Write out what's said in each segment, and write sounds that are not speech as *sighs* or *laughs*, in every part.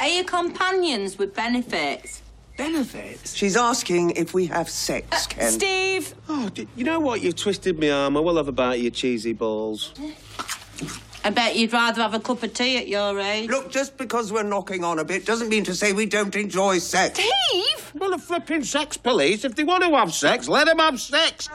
Are you companions with benefits? Benefits? She's asking if we have sex, Ken. Steve! Oh, d- you know what? You've twisted my arm. I will have a bite of your cheesy balls. I bet you'd rather have a cup of tea at your age. Look, just because we're knocking on a bit doesn't mean to say we don't enjoy sex. Steve! Well, the flipping sex police. If they want to have sex, let them have sex.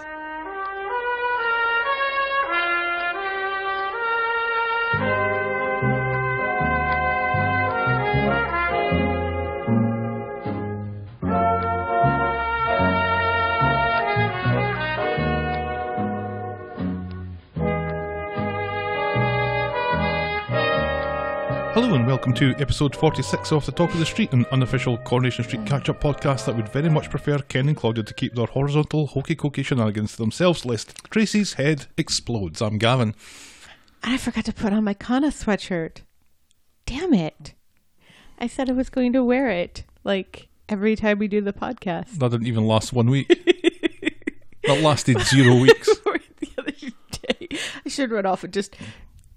Hello and welcome to episode 46 of The Talk of the Street, an unofficial Coronation Street catch up podcast that would very much prefer Ken and Claudia to keep their horizontal hokey cokey shenanigans to themselves, lest Tracy's head explodes. I'm Gavin. I forgot to put on my Kana sweatshirt. Damn it. I said I was going to wear it like every time we do the podcast. *laughs* That didn't even last one week. that lasted zero weeks. Or the other day. I should run off and just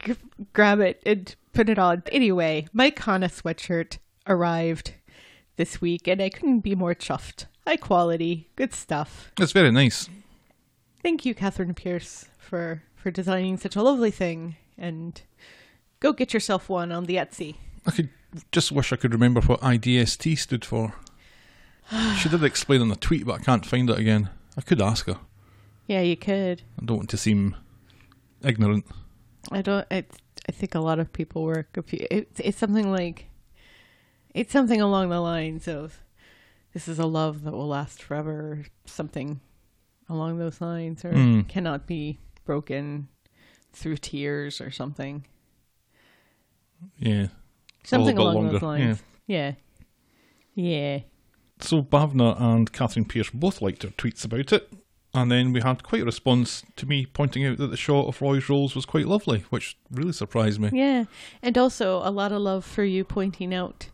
g- grab it and put it on. Anyway, my Kana sweatshirt arrived this week and I couldn't be more chuffed. High quality, good stuff. It's very nice. Thank you, Catherine Pierce, for, for designing such a lovely thing. And go get yourself one on the Etsy. I could just wish I could remember what IDST stood for. She did explain in a tweet, but I can't find it again. I could ask her. Yeah, you could. I don't want to seem ignorant. I don't. I, I think a lot of people were confused. It's, it's something like, it's something along the lines of, "This is a love that will last forever," or something along those lines, or Mm. cannot be broken through tears, or something, Yeah. something bit along those longer, yeah. lines. Yeah. yeah, So Bavna and Catherine Pierce both liked her tweets about it, and then we had quite a response to me pointing out that the shot of Roy's Rolls was quite lovely, which really surprised me. yeah, And also a lot of love for you pointing out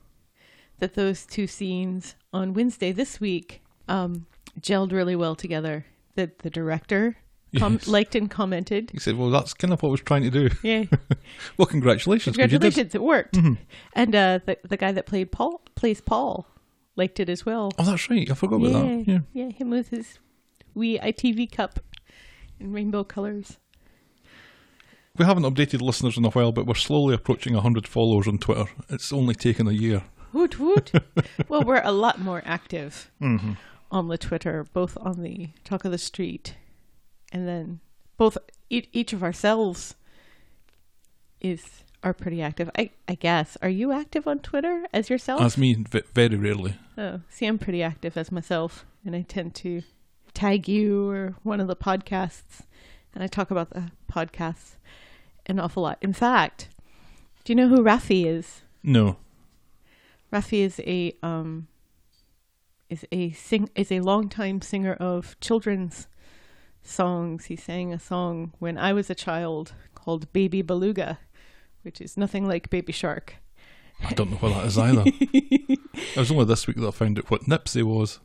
that those two scenes on Wednesday this week um, gelled really well together. That the director com- Yes. liked and commented. *laughs* He said, "Well, that's kind of what I was trying to do." Yeah. *laughs* well, congratulations, 'cause you did. Congratulations, it worked. Mm-hmm. And uh, the the guy that played Paul plays Paul liked it as well. Oh, that's right. I forgot about that. Yeah. yeah, him with his wee ITV cup in rainbow colors. We haven't updated listeners in a while, but we're slowly approaching 100 followers on Twitter. It's only taken a year. Woot woot. *laughs* well, we're a lot more active on the Twitter, both on the talk of the street, and then both e- each of ourselves is are pretty active. I I guess. Are you active on Twitter as yourself? As me, v- very rarely. Oh, see, I'm pretty active as myself, and I tend to tag you or one of the podcasts, and I talk about the podcasts an awful lot. In fact, do you know who Rafi is? No. Rafi is a um is a sing is a longtime singer of children's songs. He sang a song when I was a child called Baby Beluga, which is nothing like Baby Shark. I don't know what that is *laughs* either. it was only this week that I found out what Nipsey was.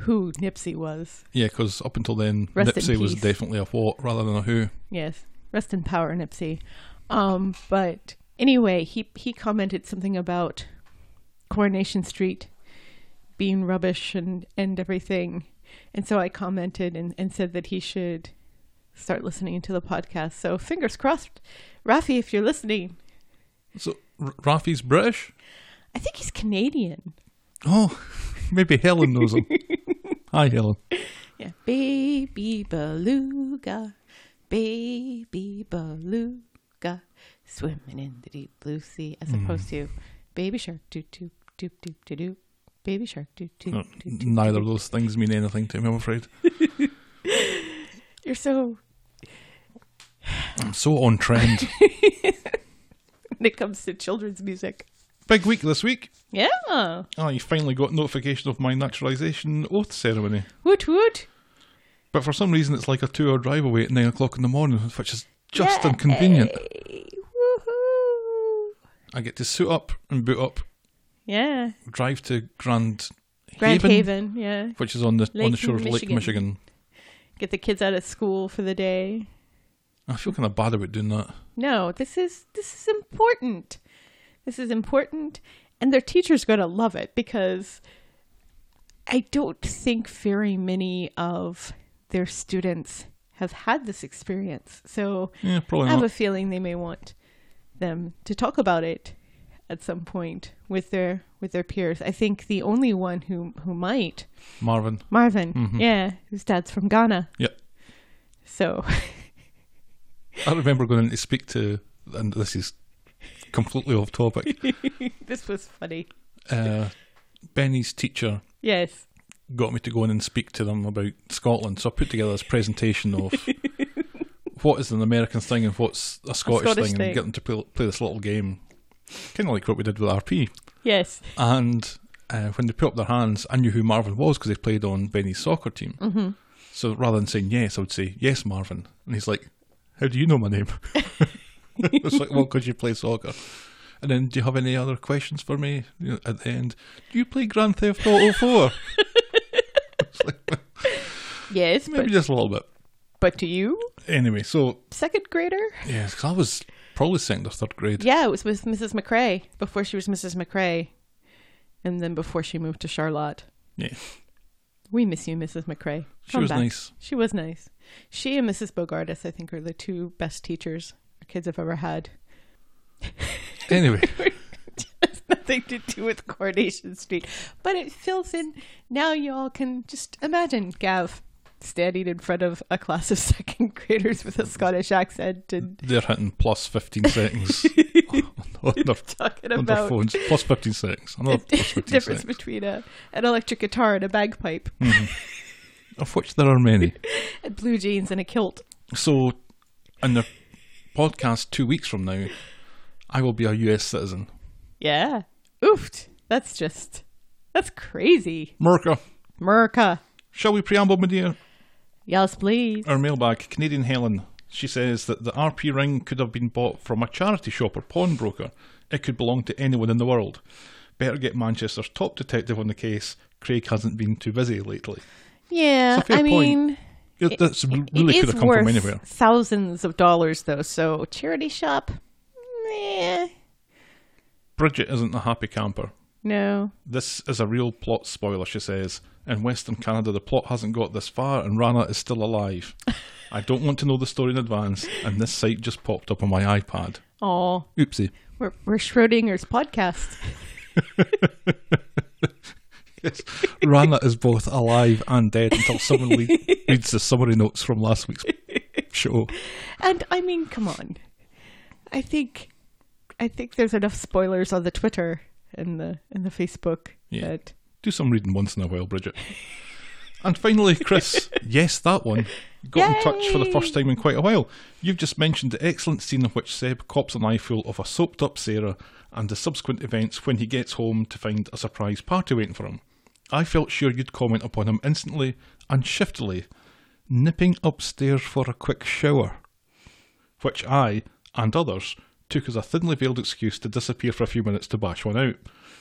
Who Nipsey was. Yeah, because up until then, Rest in Nipsey was peace. definitely a what rather than a who. Yes. Rest in power, Nipsey. Um, but anyway, he he commented something about Coronation Street being rubbish and, and everything. And so I commented and, and said that he should start listening to the podcast. So fingers crossed, Rafi, if you're listening, So R- Rafi's British? I think he's Canadian. Oh, *laughs* maybe Helen knows *laughs* him. Hi, Helen. Yeah. Baby beluga, baby beluga, swimming in the deep blue sea, as Hmm. opposed to baby shark, doop doop doop doop doop doop, baby shark, doop doop doop. doop. Neither of those things mean anything to me, I'm afraid. You're so I'm so on *laughs* trend. when it comes to children's music. Big week this week. Yeah. I finally got notification of my naturalisation oath ceremony. Woot woot. But for some reason, it's like a two hour drive away at 9 o'clock in the morning, which is just inconvenient. Yay. Woohoo. I get to suit up and boot up, Yeah. drive to Grand, Grand Haven. Yeah. which is on the, on the Lake shore of Lake Michigan. Michigan. Get the kids out of school for the day. I feel kind of bad about doing that. No, this is this is important. This is important and their teacher's going to love it because I don't think very many of their students have had this experience. So Yeah, probably I have not. a feeling they may want them to talk about it at some point with their with their peers. I think the only one who who might Marvin. Marvin, Mm-hmm. yeah, whose dad's from Ghana. Yep. So *laughs* I remember going in to speak to, and this is completely off topic, this was funny. uh, Benny's teacher Yes. got me to go in and speak to them about Scotland. So I put together this presentation of what is an American thing and what's a Scottish, Scottish thing, thing. and get them to play, play this little game, kind of like what we did with RP. Yes. And uh, when they put up their hands, I knew who Marvin was because he played on Benny's soccer team. Mm-hmm. So rather than saying yes, I would say yes, Marvin, and he's like, "How do you know my name?" *laughs* it's like, "Well, because you play soccer." And then, do you have any other questions for me you know, at the end? Do you play Grand Theft Auto Four? Yes, Maybe *laughs* but just a little bit. but do you? Anyway, so Second grader? yeah, 'cause I was probably second or third grade. Yeah, it was with Mrs. McRae before she was Mrs. McRae, and then before she moved to Charlotte. Yeah. We miss you, Mrs. McRae. She Come was back. nice. She was nice. She and Mrs. Bogartis, I think, are the two best teachers our kids have ever had. *laughs* Anyway, It's nothing to do with Coronation Street, but it fills in. Now you all can just imagine Gav standing in front of a class of *laughs* second graders with a Scottish accent and they're hitting plus fifteen *laughs* seconds *laughs* on their, talking on their about phones. Plus fifteen seconds. Another the plus fifteen difference seconds. between a, an electric guitar and a bagpipe, Of which there are *laughs* many. and blue jeans and a kilt. So, in the podcast two weeks from now, I will be a U.S. citizen. Yeah. Oofed. That's just, that's crazy. Merca, Merca. shall we preamble, my dear? Yes, please. Our mailbag, Canadian Helen. She says that the RP ring could have been bought from a charity shop or pawnbroker. It could belong to anyone in the world. Better get Manchester's top detective on the case. Craig hasn't been too busy lately. Yeah, It's a fair I point. mean, Yeah, it- That's it really could is have come worth from anywhere. Thousands of dollars, though. So charity shop, meh. Bridget isn't a happy camper. No, This is a real plot spoiler, she says. In Western Canada, the plot hasn't got this far and Rana is still alive. I don't want to know the story in advance, and this site just popped up on my iPad. oh, Oopsie. we're we're Schrodinger's podcast. Rana is both alive and dead until someone le- reads the summary notes from last week's show. And I mean, come on. I think, I think there's enough spoilers on the Twitter and the and the Facebook Yeah. that Do some reading once in a while, Bridget. And finally, Chris, yes, that one, got in touch for the first time in quite a while. You've just mentioned the excellent scene in which Seb cops an eyeful of a soaped up Sarah and the subsequent events when he gets home to find a surprise party waiting for him. I felt sure you'd comment upon him instantly and shiftily, nipping upstairs for a quick shower, which I, and others, took as a thinly veiled excuse to disappear for a few minutes to bash one out,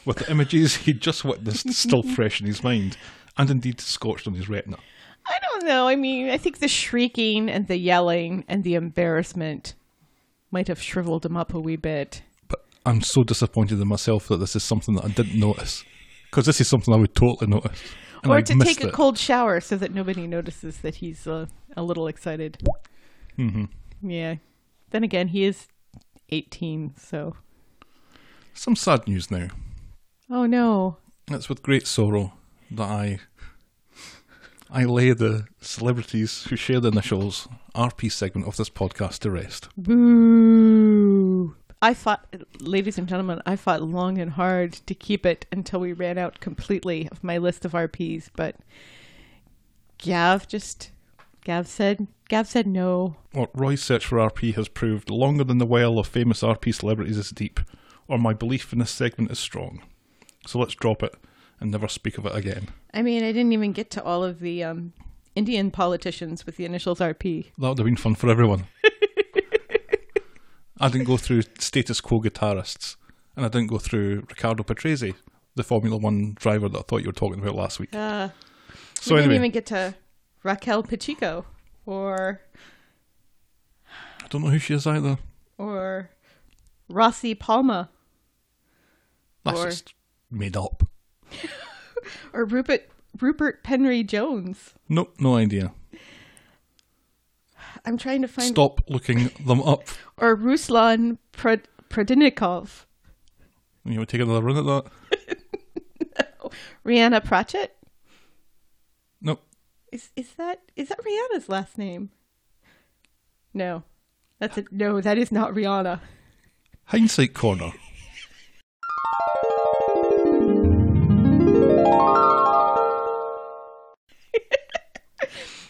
with the images he'd just witnessed *laughs* still fresh in his mind, and indeed scorched on his retina. I don't know. I mean, I think the shrieking and the yelling and the embarrassment might have shriveled him up a wee bit. But I'm so disappointed in myself that this is something that I didn't notice, because this is something I would totally notice. And or I to missed take a it. cold shower so that nobody notices that he's uh, a little excited. Mm-hmm. Yeah. Then again, he is 18, so. Some sad news now. Oh no. It's with great sorrow that I I lay the celebrities who share the initials RP segment of this podcast to rest. Boo. I fought, ladies and gentlemen, I fought long and hard to keep it until we ran out completely of my list of RPs, but Gav just. Gav said, Gav said no. What Roy's search for RP has proved longer than the well of famous RP celebrities is deep, or my belief in this segment is strong. So let's drop it and never speak of it again. I mean, I didn't even get to all of the um, Indian politicians with the initials RP. That would have been fun for *laughs* everyone. I didn't go through status quo guitarists, and I didn't go through Ricardo Patrese, the Formula One driver that I thought you were talking about last week. Uh, so we anyway, didn't even get to Raquel Pacheco or I don't know who she is either. or Rossi Palma. That's Or- just made up. Or Rupert Rupert Penry Jones. Nope, no idea. I'm trying to find Stop looking them up. or Ruslan Prod- Prodinikov. You want to take another run at that? Rihanna Pratchett? Nope. Is is that is that Rihanna's last name? No. That's a no, that is not Rihanna. Hindsight Corner.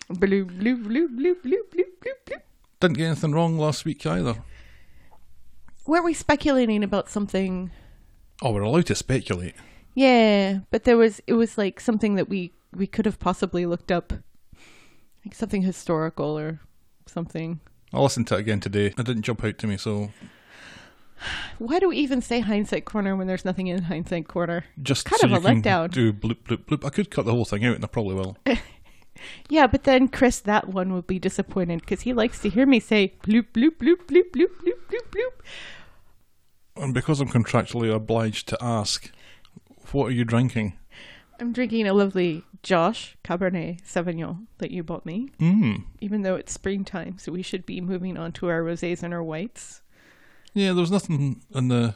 Blue blue blue blue blue blue blue blue. Didn't get anything wrong last week either. Were we speculating about something? Oh, we're allowed to speculate. Yeah, but there was it was like something that we we could have possibly looked up. Like something historical or something. I'll listen to it again today. It didn't jump out to me, so Why do we even say hindsight corner when there's nothing in hindsight corner? just Kind so of a you can letdown. Do bloop bloop bloop. I could cut the whole thing out, and I probably *laughs* will. Yeah, but then Chris, that one would be disappointed because he likes to hear me say bloop bloop bloop bloop bloop bloop bloop bloop. and because I'm contractually obliged to ask, what are you drinking? I'm drinking a lovely Josh Cabernet Sauvignon that you bought me, Mm. even though it's springtime, so we should be moving on to our rosés and our whites. Yeah, there was nothing on the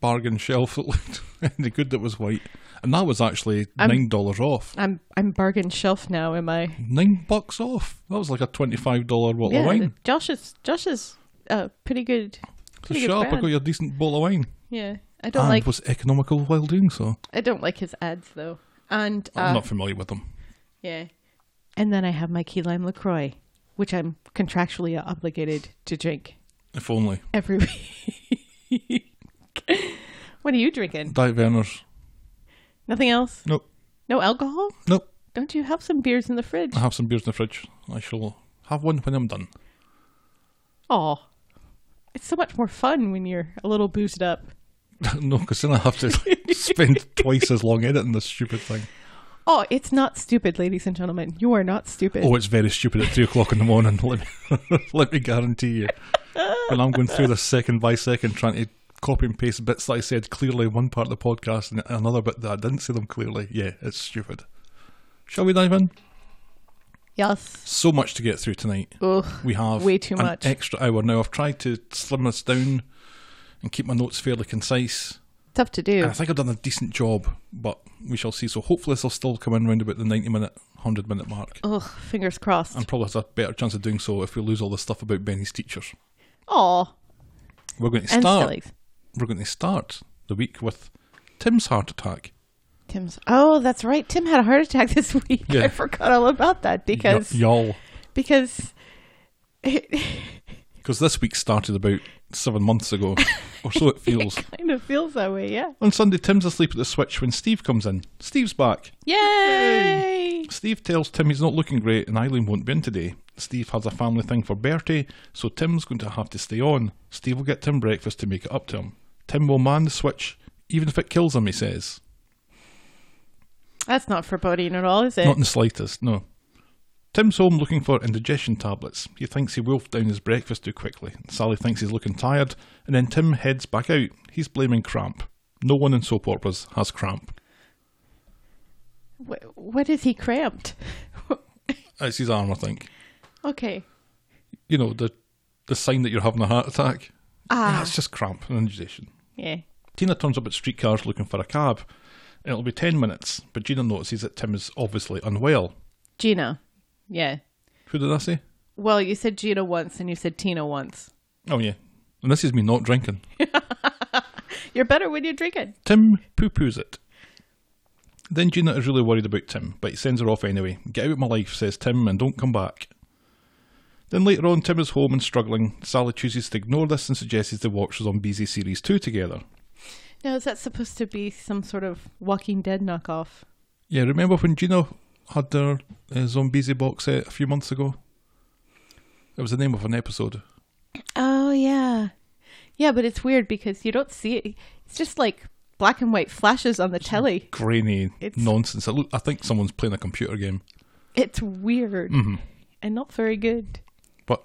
bargain shelf that looked *laughs* any good that was white, and that was actually I'm- nine dollars off. I'm I'm bargain shelf now, am I? Nine bucks off. That was like a twenty-five dollar bottle of wine. Josh is Josh is uh, pretty good. So Pretty shut good up! I brand. got you a decent bottle of wine, Yeah, I don't and like was economical while doing so. I don't like his ads though, and uh, I'm not familiar with them. Yeah. And then I have my key lime LaCroix, which I'm contractually obligated to drink If only every *laughs* week. what are you drinking? Diet Verner's. Nothing else? Nope, No alcohol? nope. Don't you have some beers in the fridge? I have some beers in the fridge. I shall have one when I'm done. Oh. It's so much more fun when you're a little boozed up. *laughs* no, because then I have *laughs* to like, spend twice as long editing this stupid thing. Oh, it's not stupid, ladies and gentlemen. You are not stupid. Oh, it's very stupid at three o'clock in the morning. *laughs* Let me, let me guarantee you. When I'm going through this second by second, trying to copy and paste bits that I said clearly in one part of the podcast and another bit that I didn't say them clearly. Yeah, it's stupid. Shall we dive in? Yes. So much to get through tonight. Ugh. We have Way too an much. extra hour now. I've tried to slim this down and keep my notes fairly concise. Tough to do. And I think I've done a decent job, but we shall see. So hopefully this will still come in round about the 90 minute, 100 minute mark. Ugh, fingers crossed. And probably has a better chance of doing so if we lose all the stuff about Benny's teachers. Oh, We're going to and start. sillies. We're going to start the week with Tim's heart attack. Tim's. Oh, that's right. Tim had a heart attack *laughs* this week. Yeah. I forgot all about that because Y- y'all, because it because this week started about seven months ago, or so *laughs* it feels. kind of feels that way. Yeah. On Sunday, Tim's asleep at the switch when Steve comes in. Steve's back. Yay! Steve tells Tim he's not looking great and Eileen won't be in today. Steve has a family thing for Bertie, so Tim's going to have to stay on. Steve will get Tim breakfast to make it up to him. Tim will man the switch, even if it kills him, he says. That's not foreboding at all, is it? Not in the slightest, no. Tim's home looking for indigestion tablets. He thinks he wolfed down his breakfast too quickly. Sally thinks he's looking tired, and then Tim heads back out. He's blaming cramp. No one in soap operas has cramp. Wh- what is he cramped? *laughs* Uh, It's his arm, I think. okay. You know, the the sign that you're having a heart attack. Ah. It's just cramp and indigestion. Yeah. Tina turns up at streetcars looking for a cab. It'll be 10 minutes, but Gina notices that Tim is obviously unwell. Gina. Yeah. Who did I say? Well, you said Gina once and you said Tina once. Oh, yeah. And this is me not drinking. You're better when you're drinking. Tim poo poos it. Then Gina is really worried about Tim, but he sends her off anyway. Get out of my life, says Tim, and don't come back. Then later on, Tim is home and struggling. Sally chooses to ignore this and suggests they watch on BZ Series 2 together. Now, is that supposed to be some sort of Walking Dead knockoff? Yeah, remember when Gina had their uh, Zombiesy box set a few months ago? It was the name of an episode. Oh yeah, yeah, but it's weird because you don't see it. It's just like black and white flashes on the telly. Grainy It's- nonsense. I, look, I think someone's playing a computer game, It's weird and not very good. but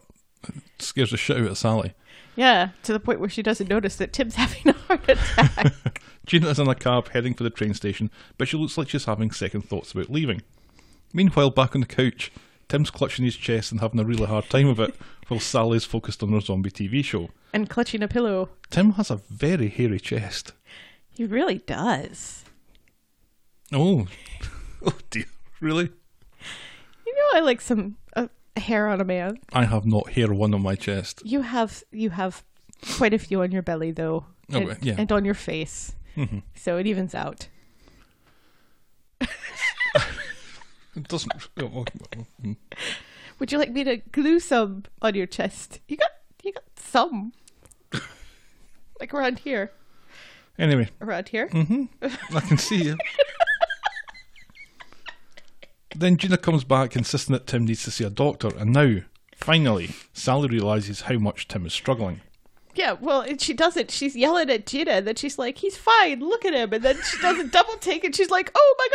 it scares the shit out of Sally. Yeah, to the point where she doesn't notice that Tim's *laughs* having a heart attack. *laughs* Gina is in a cab heading for the train station, but she looks like she's having second thoughts about leaving. Meanwhile, back on the couch, Tim's clutching his chest and having a really hard time of it, while Sally's focused on her zombie TV show. and clutching a pillow. Tim has a very hairy chest. He really does. Oh, *laughs* oh dear, really? You know, I like some uh, hair on a man. I have not hair one on my chest. You have you have quite a few on your belly though, Oh, and, well, yeah. and on your face, so it evens out. It doesn't. oh, oh, oh, mm. Would you like me to glue some on your chest? You got you got some, *laughs* like around here, Anyway, around here. I can see you. then Gina comes back, insisting that Tim needs to see a doctor, and now, finally, Sally realizes how much Tim is struggling. Yeah, well, and she doesn't. She's yelling at Gina, and then she's like, "He's fine. Look at him." And then she does a *laughs* double take, and she's like, "Oh my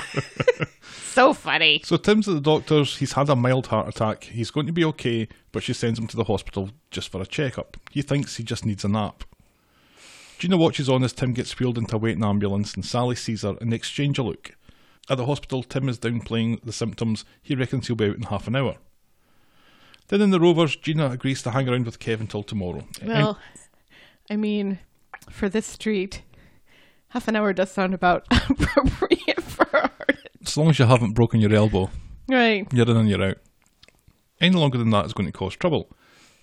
god!" *laughs* so funny. So Tim's at the doctor's. He's had a mild heart attack. He's going to be okay, but she sends him to the hospital just for a checkup. He thinks he just needs a nap. Gina watches on as Tim gets wheeled into a waiting ambulance, and Sally sees her and they exchange a look. At the hospital, Tim is downplaying the symptoms. He reckons he'll be out in half an hour. Then in the Rovers, Gina agrees to hang around with Kev until tomorrow. *laughs* Well, I mean, for this street, half an hour does sound about *laughs* appropriate for art. as long as you haven't broken your elbow. *laughs* Right. You're in and you're out. Any longer than that is going to cause trouble.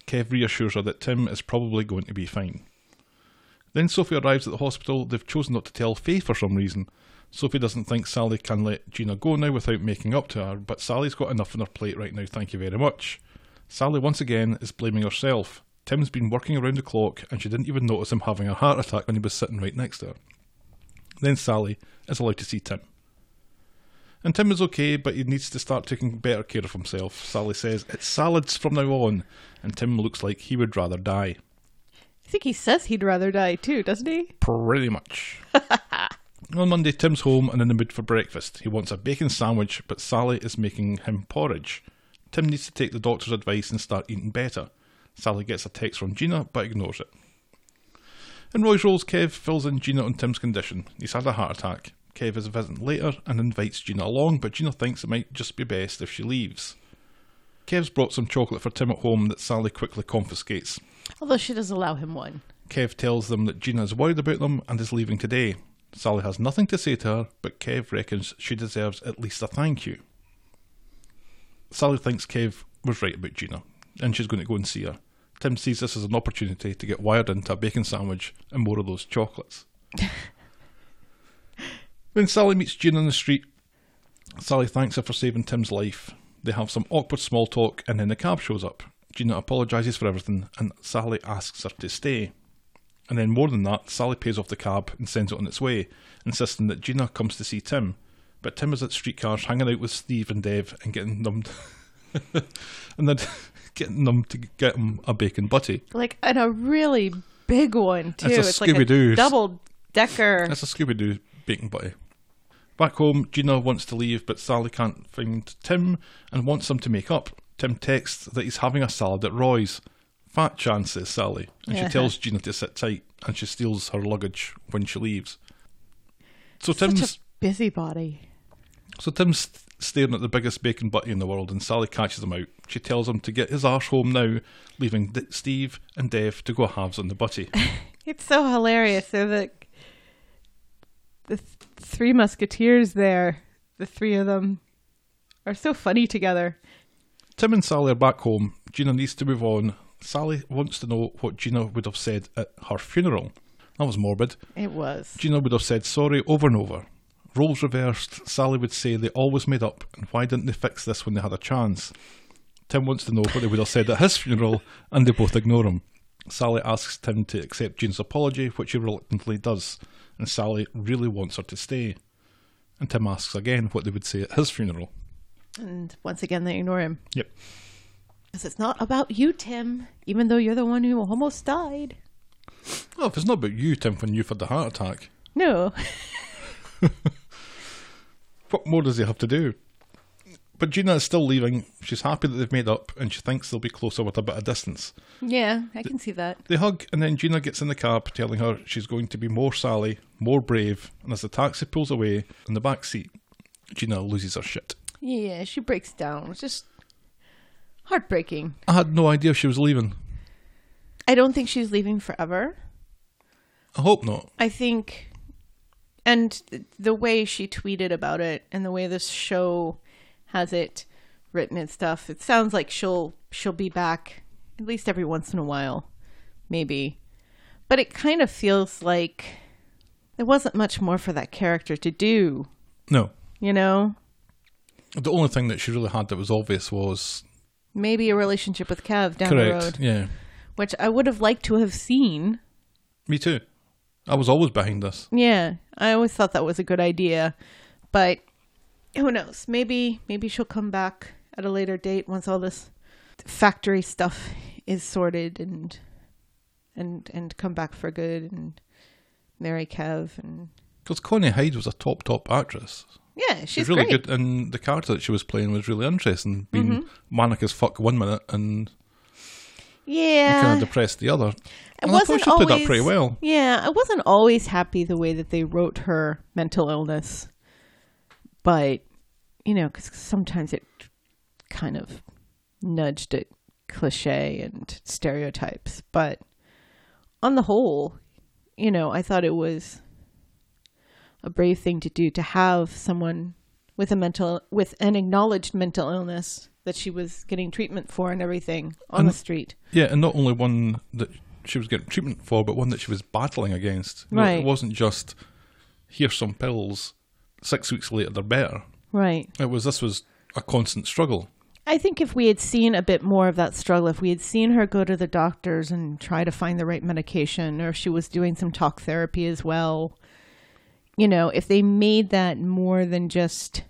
Kev reassures her that Tim is probably going to be fine. Then Sophie arrives at the hospital. They've chosen not to tell Faye for some reason. Sophie doesn't think Sally can let Gina go now without making up to her, but Sally's got enough on her plate right now, thank you very much. Sally once again is blaming herself. Tim's been working around the clock and she didn't even notice him having a heart attack when he was sitting right next to her. Then Sally is allowed to see Tim. And Tim is okay, but he needs to start taking better care of himself. Sally says, It's salads from now on. And Tim looks like he would rather die. I think he says he'd rather die too, doesn't he? Pretty much. *laughs* On Monday, Tim's home and in the mood for breakfast. He wants a bacon sandwich, but Sally is making him porridge. Tim needs to take the doctor's advice and start eating better. Sally gets a text from Gina, but ignores it. In Roy's roles, Kev fills in Gina on Tim's condition. He's had a heart attack. Kev is visiting later and invites Gina along, but Gina thinks it might just be best if she leaves. Kev's brought some chocolate for Tim at home that Sally quickly confiscates. Although she does allow him one. Kev tells them that Gina is worried about them and is leaving today. Sally has nothing to say to her, but Kev reckons she deserves at least a thank you. Sally thinks Kev was right about Gina, and she's going to go and see her. Tim sees this as an opportunity to get wired into a bacon sandwich and more of those chocolates. when Sally meets Gina in the street, Sally thanks her for saving Tim's life. They have some awkward small talk, and then the cab shows up. Gina apologises for everything, and Sally asks her to stay. And then, more than that, Sally pays off the cab and sends it on its way, insisting that Gina comes to see Tim. But Tim is at streetcars hanging out with Steve and Dev and getting them, *laughs* and then *laughs* getting them to get him a bacon butty. Like, and a really big one too. It's a it's like a Scooby-Doo. double decker. That's a Scooby Doo bacon butty. Back home, Gina wants to leave, but Sally can't find Tim and wants him to make up. Tim texts that he's having a salad at Roy's. Fat chance, says Sally, and she Yeah. tells Gina to sit tight, and she steals her luggage when she leaves. So Tim's Such a busybody. so Tim's st- staring at the biggest bacon butty in the world, and Sally catches him out. She tells him to get his arse home now, leaving D- Steve and Dev to go halves on the butty. It's so hilarious. They're the the th- three musketeers there. The three of them are so funny together. Tim and Sally are back home. Gina needs to move on. Sally wants to know what Gina would have said at her funeral. That was morbid. It was. Gina would have said sorry over and over. Roles reversed, Sally would say they always made up, and why didn't they fix this when they had a chance? Tim wants to know what they would have said at his funeral, and they both ignore him. Sally asks Tim to accept Gina's apology, which he reluctantly does, and Sally really wants her to stay. And Tim asks again what they would say at his funeral. And once again, they ignore him. Yep. Because it's not about you, Tim, even though you're the one who almost died. Well, Oh, if it's not about you, Tim, when you've had the heart attack, *laughs* No. what more does he have to do? But Gina is still leaving. She's happy that they've made up, and she thinks they'll be closer with a bit of distance. Yeah, I can see that. They hug, and then Gina gets in the cab, telling her she's going to be more Sally, more brave. And as the taxi pulls away in the back seat, Gina loses her shit. Yeah, she breaks down. It's just heartbreaking. I had no idea she was leaving. I don't think she's leaving forever. I hope not. I think, and th- the way she tweeted about it, and the way this show has it written and stuff, it sounds like she'll she'll be back at least every once in a while, maybe. But it kind of feels like there wasn't much more for that character to do, No. you know. The only thing that she really had that was obvious was Maybe a relationship with Kev down the road, correct. Yeah. which I would have liked to have seen. Me too. I was always behind this. Yeah, I always thought that was a good idea, but who knows? Maybe maybe she'll come back at a later date once all this factory stuff is sorted and and and come back for good and marry Kev and Because Connie Hyde was a top, top actress. yeah, she's, really great. good, and the character that she was playing was really interesting. Being Mm-hmm. manic as fuck one minute and Yeah, uh, kind of depressed the other. It And I thought she played that pretty well. Yeah, I wasn't always happy the way that they wrote her mental illness, but you know, because sometimes it kind of nudged at cliche and stereotypes. But on the whole, you know, I thought it was a brave thing to do to have someone with a mental with an acknowledged mental illness that she was getting treatment for and everything on And- the street. Yeah, and not only one that she was getting treatment for, but one that she was battling against. You know, Right. It wasn't just here's some pills, six weeks later they're better. Right. It was this was a constant struggle. I think if we had seen a bit more of that struggle, if we had seen her go to the doctors and try to find the right medication, or if she was doing some talk therapy as well, you know, if they made that more than just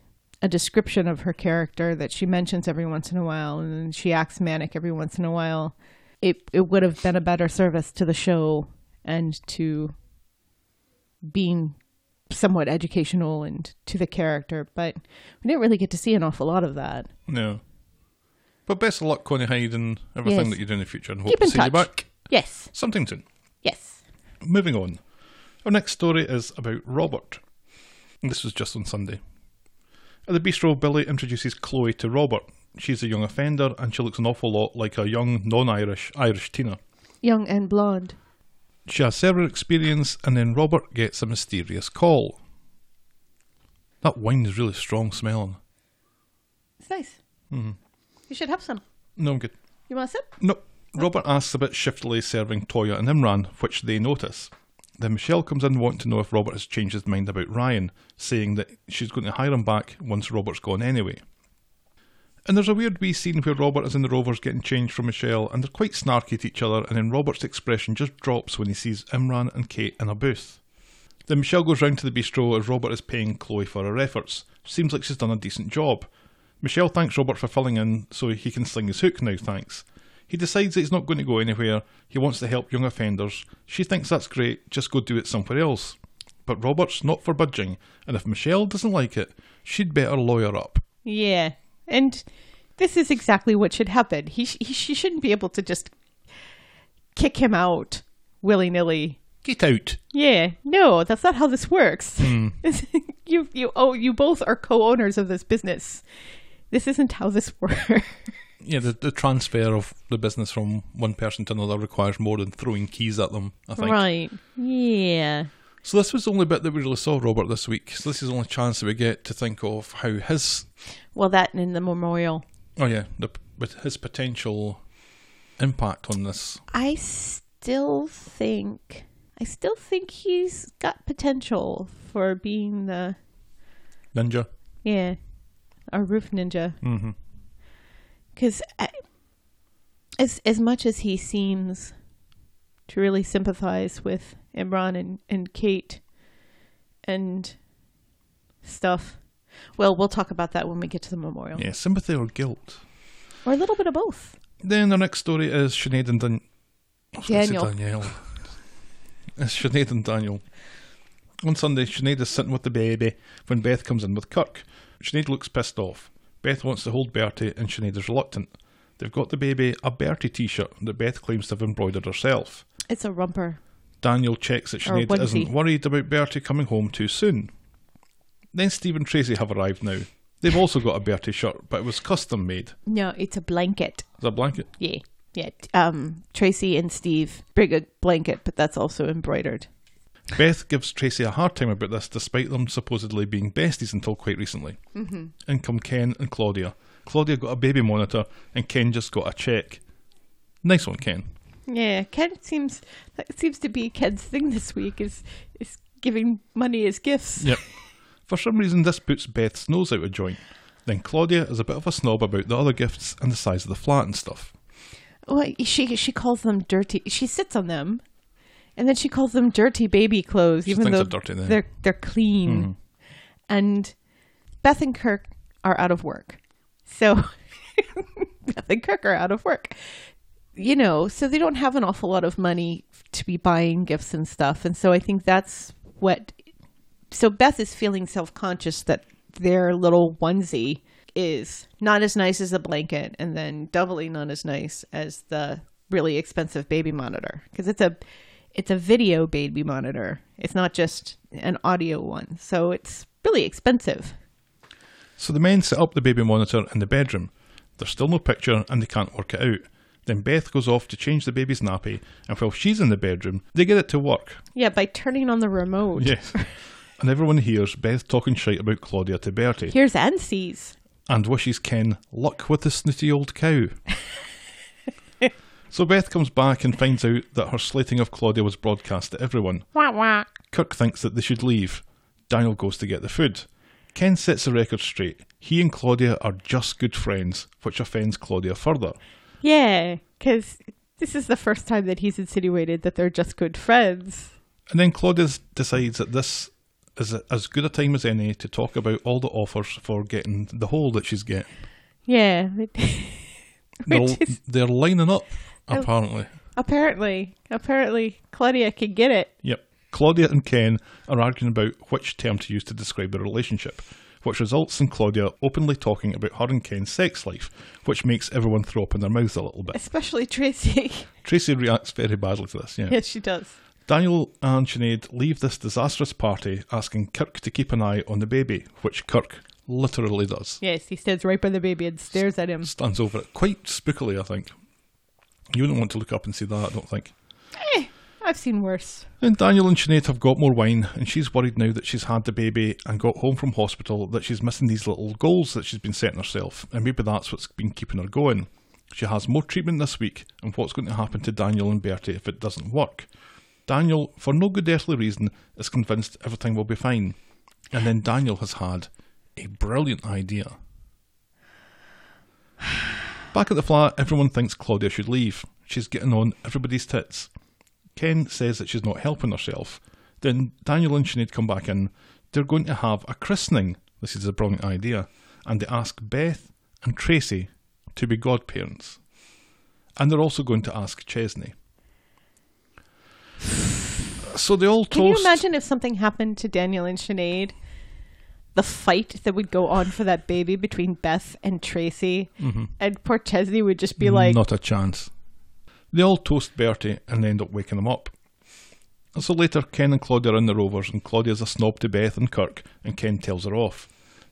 a description of her character that she mentions every once in a while and then she acts manic every once in a while, it it would have been a better service to the show and to being somewhat educational and to the character. But we didn't really get to see an awful lot of that. No. But best of luck, Connie Hyde, and everything Yes. that you do in the future, and hope Keep to in see touch. you back Yes. sometime soon. Yes. Moving on. Our next story is about Robert. And This was just on Sunday. At the bistro, Billy introduces Chloe to Robert. She's a young offender and she looks an awful lot like a young non Irish Irish Tina. Young and blonde. She has several experience and then Robert gets a mysterious call. That wine is really strong smelling. It's nice. Mm-hmm. You should have some. No, I'm good. You want some? No. Robert asks about shiftily serving Toya and Imran, which they notice. Then Michelle comes in wanting to know if Robert has changed his mind about Ryan, saying that she's going to hire him back once Robert's gone anyway. And there's a weird wee scene where Robert is in the Rovers getting changed from Michelle, and they're quite snarky at each other, and then Robert's expression just drops when he sees Imran and Kate in a booth. Then Michelle goes round to the bistro as Robert is paying Chloe for her efforts. Seems like she's done a decent job. Michelle thanks Robert for filling in so he can sling his hook now, thanks. He decides that he's not going to go anywhere, he wants to help young offenders. She thinks that's great, just go do it somewhere else. But Robert's not for budging, and if Michelle doesn't like it, she'd better lawyer up. Yeah. And this is exactly what should happen. He, sh- he she shouldn't be able to just kick him out willy nilly. Get out. Yeah. No, that's not how *laughs* this works. you you oh you both are co-owners of this business. This isn't how this *laughs* works. Yeah, the, the transfer of the business from one person to another requires more than throwing keys at them, I think. right. Yeah. So this was the only bit that we really saw Robert this week. So this is the only chance that we get to think of how his Well, that and in the memorial. oh yeah, the with his potential impact on this. I still think I still think he's got potential for being the Ninja. yeah our roof ninja. Mm-hmm. Because as as much as he seems to really sympathize with Imran and and Kate and stuff. Well, we'll talk about that when we get to the memorial, Yeah, sympathy or guilt. or a little bit of both. Then the next story is Sinead and Dan- I was gonna say Daniel. Danielle. *laughs* it's Sinead and Daniel. On Sunday, Sinead is sitting with the baby when Beth comes in with Kirk. Sinead looks pissed off. Beth wants to hold Bertie, and Sinead's reluctant. They've got the baby a Bertie t shirt that Beth claims to have embroidered herself. It's a rumper. Daniel checks that Or Sinead onesie. isn't worried about Bertie coming home too soon. Then Steve and Tracy have arrived now. They've also got a Bertie shirt, but it was custom made. No, it's a blanket. It's a blanket. Yeah. Yeah. Um, Tracy and Steve bring a blanket, but that's also embroidered. Beth gives Tracy a hard time about this, despite them supposedly being besties until quite recently. Mm-hmm. In come Ken and Claudia. Claudia got a baby monitor, and Ken just got a check. Nice one, Ken. Yeah, Ken seems that seems to be Ken's thing this week is is giving money as gifts. Yep. *laughs* For some reason, this puts Beth's nose out of joint. Then Claudia is a bit of a snob about the other gifts and the size of the flat and stuff. Well, she she calls them dirty. She sits on them, and then she calls them dirty baby clothes, She even thinks though they're dirty then. Mm-hmm. they're they're clean. And Beth and Kirk are out of work, so *laughs* Beth and Kirk are out of work. You know, so they don't have an awful lot of money to be buying gifts and stuff, and so I think that's what. So Beth is feeling self conscious that their little onesie is not as nice as the blanket, and then doubly not as nice as the really expensive baby monitor because it's a it's a video baby monitor. It's not just an audio one, so it's really expensive. So the men set up the baby monitor in the bedroom. There's still no picture and they can't work it out. Then Beth goes off to change the baby's nappy, and while she's in the bedroom, they get it to work. Yeah, by turning on the remote, Yes. *laughs* and everyone hears Beth talking shite about Claudia to Bertie here's and sees. and wishes Ken luck with the snooty old cow. *laughs* so Beth comes back and finds out that her slating of Claudia was broadcast to everyone. Wah wah. Kirk thinks that they should leave. Daniel goes to get the food. Ken sets the record straight. He and Claudia are just good friends, which offends Claudia further. Yeah, because this is the first time that he's insinuated that they're just good friends. And then Claudia s- decides that this is a- as good a time as any to talk about all the offers for getting the hole that she's *laughs* getting. Yeah, They're, Which is- they're lining up, apparently. apparently, apparently Claudia can get it. Yep. Claudia and Ken are arguing about which term to use to describe their relationship, which results in Claudia openly talking about her and Ken's sex life, which makes everyone throw up in their mouths a little bit. Especially Tracy. *laughs* Tracy reacts very badly to this, yeah. yes, she does. Daniel and Sinead leave this disastrous party, asking Kirk to keep an eye on the baby, which Kirk literally does. Yes, he stands right by the baby and stares at him. Stands over it quite spookily, I think. You wouldn't want to look up and see that, I don't think. eh, I've seen worse. And Daniel and Sinead have got more wine, and she's worried now that she's had the baby and got home from hospital that she's missing these little goals that she's been setting herself, and maybe that's what's been keeping her going. She has more treatment this week, and what's going to happen to Daniel and Bertie if it doesn't work? Daniel, for no good earthly reason, is convinced everything will be fine. And then Daniel has had a brilliant idea. Back at the flat, everyone thinks Claudia should leave. She's getting on everybody's tits. Ken says that she's not helping herself. Then Daniel and Sinead come back in. They're going to have a christening. This is a brilliant idea. And they ask Beth and Tracy to be godparents. And they're also going to ask Chesney. *sighs* So they all Can toast. you imagine if something happened to Daniel and Sinead? The fight that would go on for that baby between Beth and Tracy, and poor Chesney would just be like, Mm-hmm. Not a chance. They all toast Bertie and end up waking him up. And so later, Ken and Claudia are in the Rovers, and Claudia's a snob to Beth and Kirk, and Ken tells her off.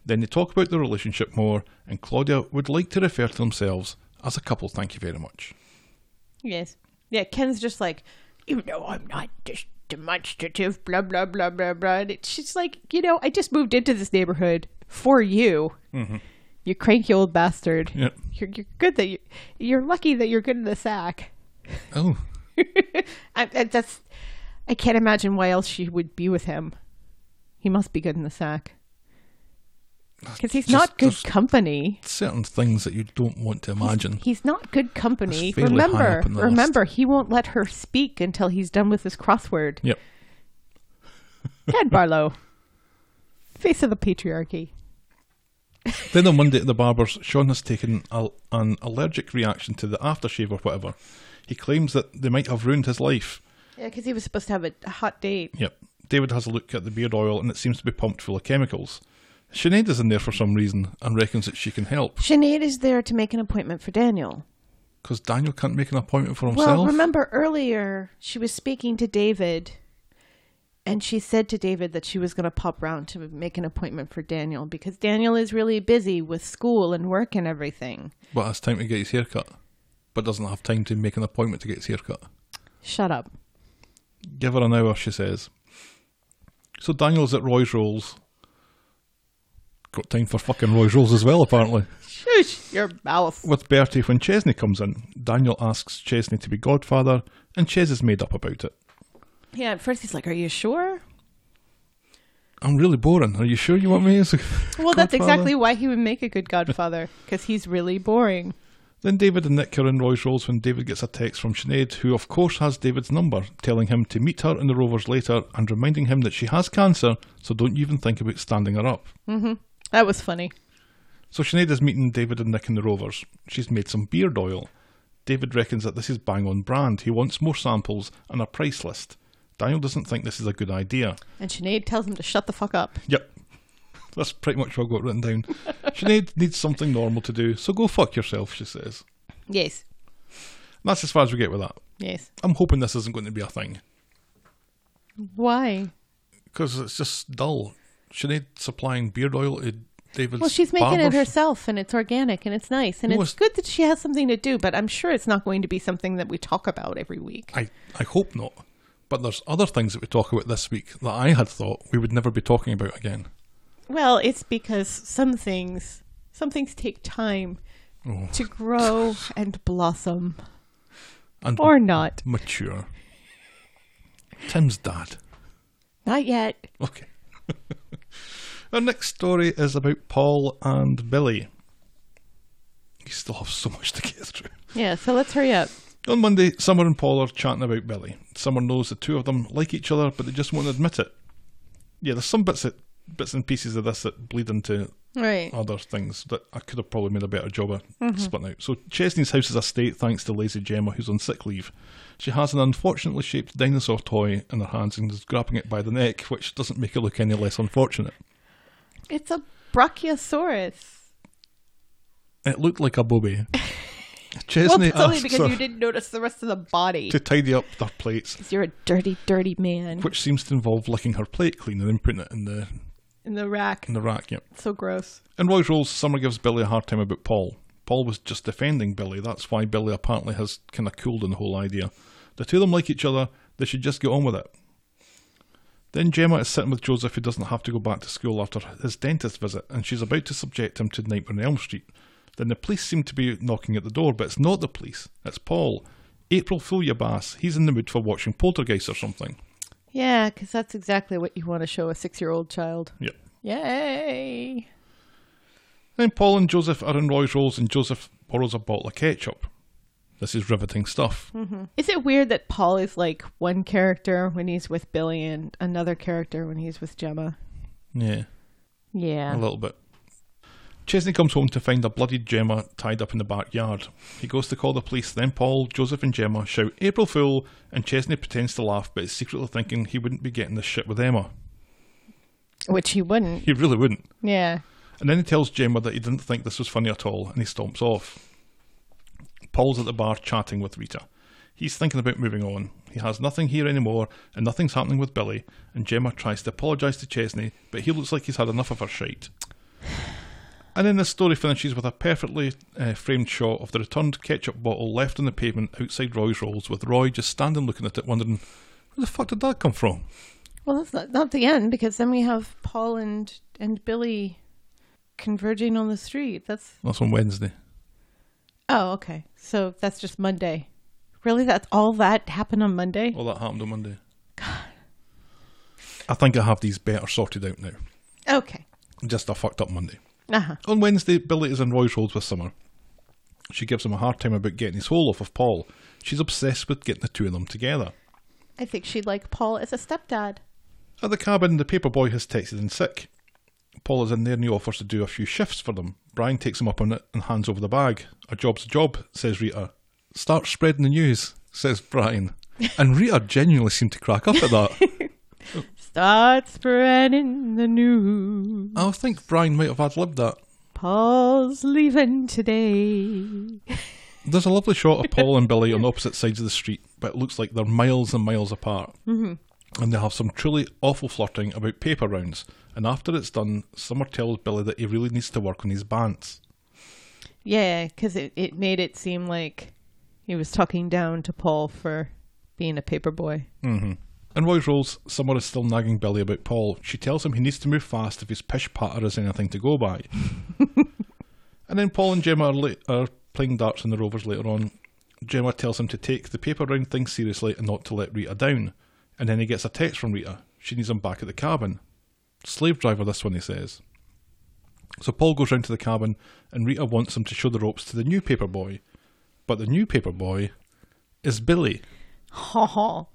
Then they talk about their relationship more, and Claudia would like to refer to themselves as a couple, thank you very much. "Yes, yeah." Ken's just like, "You know, I'm not just demonstrative." Blah blah blah blah blah. And it, she's like, "You know, I just moved into this neighborhood for you, Mm-hmm. you cranky old bastard. Yep. You're, you're good that you, you're lucky that you're good in the sack." *laughs* Oh, I, I, that's. I can't imagine why else she would be with him. He must be good in the sack. Because he's Just- not good there's- company. certain things that you don't want to imagine. He's not good company. That's fairly high Remember, up in the list. remember, he won't let her speak until he's done with his crossword. Yep. *laughs* Ted Barlow, face of the patriarchy. Then on Monday at the barber's, Sean has taken a, an allergic reaction to the aftershave or whatever. He claims that they might have ruined his life. Yeah, because he was supposed to have a, a hot date. Yep. David has a look at the beard oil and it seems to be pumped full of chemicals. Sinead is in there for some reason and reckons that she can help Sinead is there to make an appointment for Daniel. because Daniel can't make an appointment for himself. Well, remember earlier she was speaking to David, and she said to David that she was going to pop round to make an appointment for Daniel because Daniel is really busy with school and work and everything. But has time to get his haircut, but doesn't have time to make an appointment to get his haircut. Shut up. Give her an hour, she says. So Daniel's at Roy's Rolls. Got time for fucking Roy's Rolls as well, apparently. Shush your mouth. With Bertie, when Chesney comes in, Daniel asks Chesney to be godfather, and Ches is made up about it. Yeah, at first he's like, "Are you sure?" I'm really boring. Are you sure you want me as a Well, that's godfather?" exactly why he would make a good godfather because he's really boring. Then David and Nick are in Roy's Rolls when David gets a text from Sinead, who of course has David's number, telling him to meet her in the Rovers later and reminding him that she has cancer, so don't even think about standing her up. That was funny. So Sinead is meeting David and Nick in the Rovers. She's made some beard oil. David reckons that this is bang on brand. He wants more samples and a price list. Daniel doesn't think this is a good idea. And Sinead tells him to shut the fuck up. Yep. *laughs* That's pretty much what I've got written down. Sinead needs something normal to do, so go fuck yourself, she says. Yes, And that's as far as we get with that. yes. I'm hoping this isn't going to be a thing. Why? Because it's just dull. Sinead supplying beard oil to David's Well, she's making it barbers. herself, and it's organic, and it's nice, and No, it's it's- good that she has something to do. But I'm sure it's not going to be something that we talk about every week. I, I hope not. But there's other things that we talk about this week that I had thought we would never be talking about again. Well, it's because some things, some things take time Oh. to grow *laughs* and blossom, And or not. mature. Tim's dad. Not yet. Okay. *laughs* Our next story is about Paul and Billy. You still have so much to get through. Yeah. So let's hurry up. On Monday, Summer and Paul are chatting about Billy. Summer knows the two of them like each other, but they just won't admit it. Yeah, there's some bits that, bits and pieces of this that bleed into Right. other things that I could have probably made a better job of Mm-hmm. splitting out. So Chesney's house is a state thanks to Lazy Gemma, who's on sick leave. She has an unfortunately shaped dinosaur toy in her hands and is grabbing it by the neck, which doesn't make her look any less unfortunate. It's a brachiosaurus. It looked like a *laughs* bobby. well, Chesney it's only asks because her you didn't notice the rest of the body. to tidy up their plates, Because you're a dirty, dirty man which seems to involve licking her plate clean and then putting it in the in the rack. in the rack. Yep. So gross. In Roy's Rolls, Summer gives Billy a hard time about Paul. Paul was just defending Billy, that's why Billy apparently has kind of cooled on the whole idea. The two of them like each other, they should just get on with it. Then Gemma is sitting with Joseph, who doesn't have to go back to school after his dentist visit, and she's about to subject him to Nightmare on Elm Street. Then the police seem to be knocking at the door, but it's not the police, it's Paul. April Fool your bass, he's in the mood for watching Poltergeist or something. Yeah, because that's exactly what you want to show a six-year-old child. Yep. Yay! Then Paul and Joseph are in Roy's Rolls, and Joseph borrows a bottle of ketchup. This is riveting stuff. Is it weird that Paul is like one character when he's with Billy and another character when he's with Gemma? Yeah, a Yeah. little bit. Chesney comes home to find a bloody Gemma tied up in the backyard. He goes to call the police, then Paul, Joseph, and Gemma shout April Fool, and Chesney pretends to laugh but is secretly thinking he wouldn't be getting this shit with Emma. Which he wouldn't. He really wouldn't. Yeah. And then he tells Gemma that he didn't think this was funny at all, and he stomps off. Paul's at the bar chatting with Rita. He's thinking about moving on. He has nothing here anymore, and nothing's happening with Billy, and Gemma tries to apologise to Chesney, but he looks like he's had enough of her shite. And then this story finishes with a perfectly uh, framed shot of the returned ketchup bottle left on the pavement outside Roy's Rolls, with Roy just standing looking at it, wondering, where the fuck did that come from? Well, that's not, not the end because then we have Paul and and Billy converging on the street. That's That's on Wednesday. oh okay. So that's just Monday. Really, that's all that happened on Monday. All that happened on Monday. God. I think I have these better sorted out now. Okay. Just a fucked up Monday. Uh huh. On Wednesday, Billy is in Roy's Rolls with Summer. She gives him a hard time about getting his hole off of Paul. She's obsessed with getting the two of them together. I think she'd like Paul as a stepdad. At the cabin, the paper boy has texted in sick. Paul is in there and he offers to do a few shifts for them. Brian takes him up on it and hands over the bag. A job's a job, says Rita. Start spreading *laughs* the news, says Brian. And Rita genuinely seemed to crack up at that. Start spreading the news. I think Brian might have ad libbed that. Paul's leaving today. There's a lovely shot of Paul and Billy on opposite sides of the street, but it looks like they're miles and miles apart. Mm-hmm. And they have some truly awful flirting about paper rounds. And after it's done, Summer tells Billy that he really needs to work on his bants. Yeah, because it, it made it seem like he was talking down to Paul for being a paper boy. In Roy's roles, Summer is still nagging Billy about Paul. She tells him he needs to move fast if his pish patter is anything to go by. and then Paul and Gemma are, la- are playing darts in the Rovers later on. Gemma tells him to take the paper round thing seriously and not to let Rita down. And then he gets a text from Rita. She needs him back at the cabin. Slave driver, this one, he says. So Paul goes round to the cabin, and Rita wants him to show the ropes to the new paper boy. But the new paper boy is Billy. Ha ha.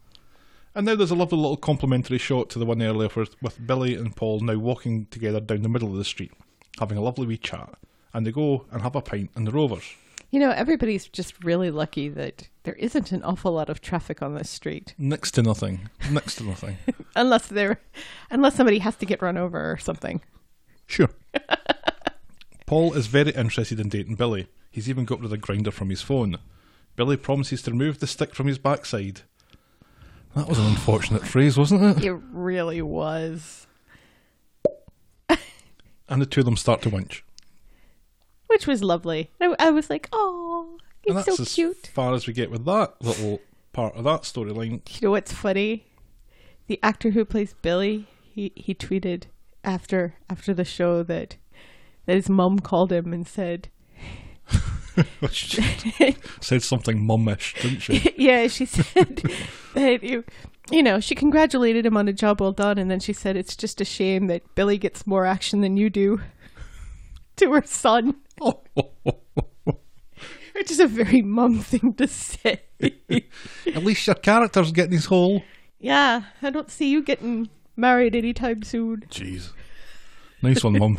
And now there's a lovely little complimentary shot to the one earlier with, with Billy and Paul now walking together down the middle of the street, having a lovely wee chat. And they go and have a pint in the Rovers. You know, everybody's just really lucky that there isn't an awful lot of traffic on this street, Next to nothing. Next to *laughs* nothing. unless they're, unless somebody has to get run over or something. Sure. Paul is very interested in dating Billy. He's even got rid of the grinder from his phone. Billy promises to remove the stick from his backside. That was an *sighs* unfortunate phrase, wasn't it? It really was, And the two of them start to winch. which was lovely. I, I was like, oh, And it's that's so as cute. far as we get with that little part of that storyline. You know what's funny? The actor who plays Billy, he, he tweeted after after the show that that his mom called him and said, She said something mummish, didn't she? *laughs* "Yeah," she said that you you know she congratulated him on a job well done, and then she said it's just a shame that Billy gets more action than you do *laughs* to her son, which is a very mom thing to say. *laughs* At least your character's getting his hole. yeah, I don't see you getting married anytime soon. Jeez. Nice one, Mum.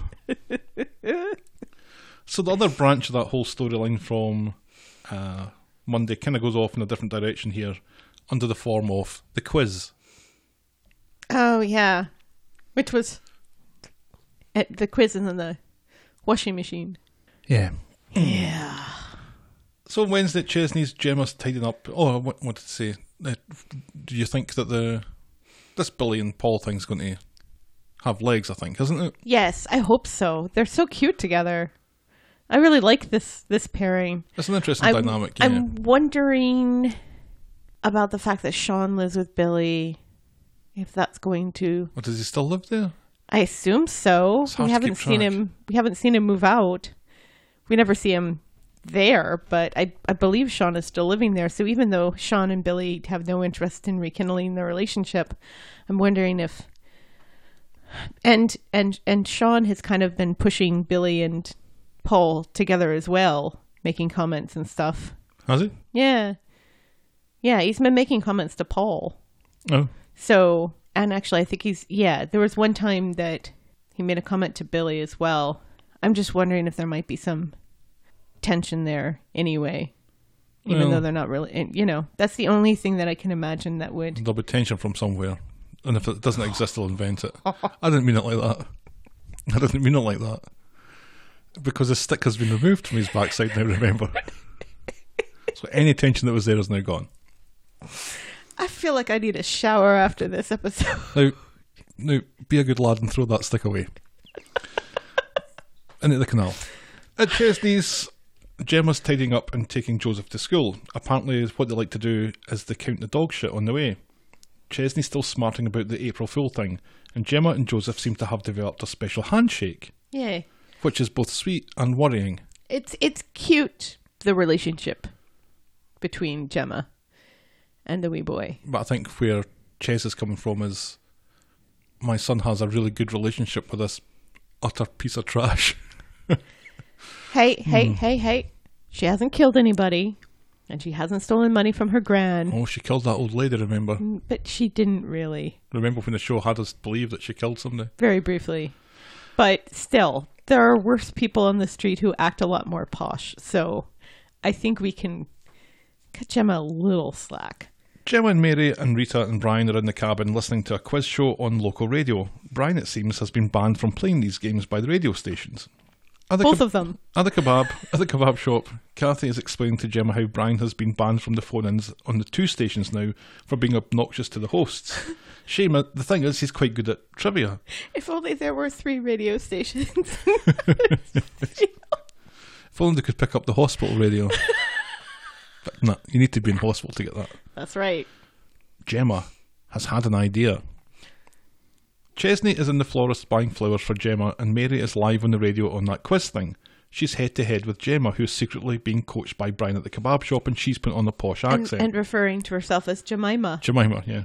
so the other branch of that whole storyline from uh, Monday kind of goes off in a different direction here under the form of the quiz. Oh yeah, which was at the quiz and then the washing machine. Yeah. Yeah. So on Wednesday at Chesney's, Gemma's tidying up. Oh, I wa- wanted to say, uh, do you think that the this Billy and Paul thing's going to have legs? I think, isn't it? Yes, I hope so. They're so cute together. I really like this this pairing. It's an interesting I'm, dynamic. Yeah. I'm wondering about the fact that Sean lives with Billy. If that's going to, Or does he still live there? I assume so. hard We to haven't keep seen track. him. We haven't seen him move out. We never see him there, but I I believe Sean is still living there. So even though Sean and Billy have no interest in rekindling their relationship, I'm wondering if and and and Sean has kind of been pushing Billy and Paul together as well, making comments and stuff. Has he? Yeah. Yeah, he's been making comments to Paul. No. So, and actually, I think he's, yeah, there was one time that he made a comment to Billy as well. I'm just wondering if there might be some tension there anyway, even Well- though they're not really, and, you know, that's the only thing that I can imagine that would. There'll be tension from somewhere, and if it doesn't exist, they'll invent it. *laughs* I didn't mean it like that. *laughs* I didn't mean it like that. Because his stick has been removed from his backside now. Remember, *laughs* so any tension that was there is now gone. I feel like I need a shower after this episode. *laughs* Now, now be a good lad and throw that stick away. Into the canal. At Chesney's, Gemma's tidying up and taking Joseph to school. Apparently, what they like to do is they count the dog shit on the way. Chesney's still smarting about the April Fool thing, and Gemma and Joseph seem to have developed a special handshake, yeah. which is both sweet and worrying. It's, it's cute, the relationship between Gemma and the wee boy. But I think where Ches is coming from is my son has a really good relationship with this utter piece of trash. *laughs* Hey, hey, hey, hey. She hasn't killed anybody and she hasn't stolen money from her gran, Oh, she killed that old lady, remember? but she didn't really, Remember when the show had us believe that she killed somebody? very briefly. But still, there are worse people on the street who act a lot more posh. So I think we can cut Gemma a little slack. Gemma and Mary and Rita and Brian are in the cabin listening to a quiz show on local radio. Brian, it seems, has been banned from playing these games by the radio stations. At the Both keb- of them. At the kebab, at the kebab shop, Kathy is explaining to Gemma how Brian has been banned from the phone-ins on the two stations now for being obnoxious to the hosts. *laughs* Shame, uh, the thing is, he's quite good at trivia. If only there were three radio *laughs* stations. If only they could pick up the hospital *laughs* radio. but no, you need to be in hospital to get that. That's right. Gemma has had an idea. Chesney is in the florist buying flowers for Gemma, and Mary is live on the radio on that quiz thing. She's head to head with Gemma, who's secretly being coached by Brian at the kebab shop, and she's put on a posh And, accent. and referring to herself as Jemima. Jemima, yeah.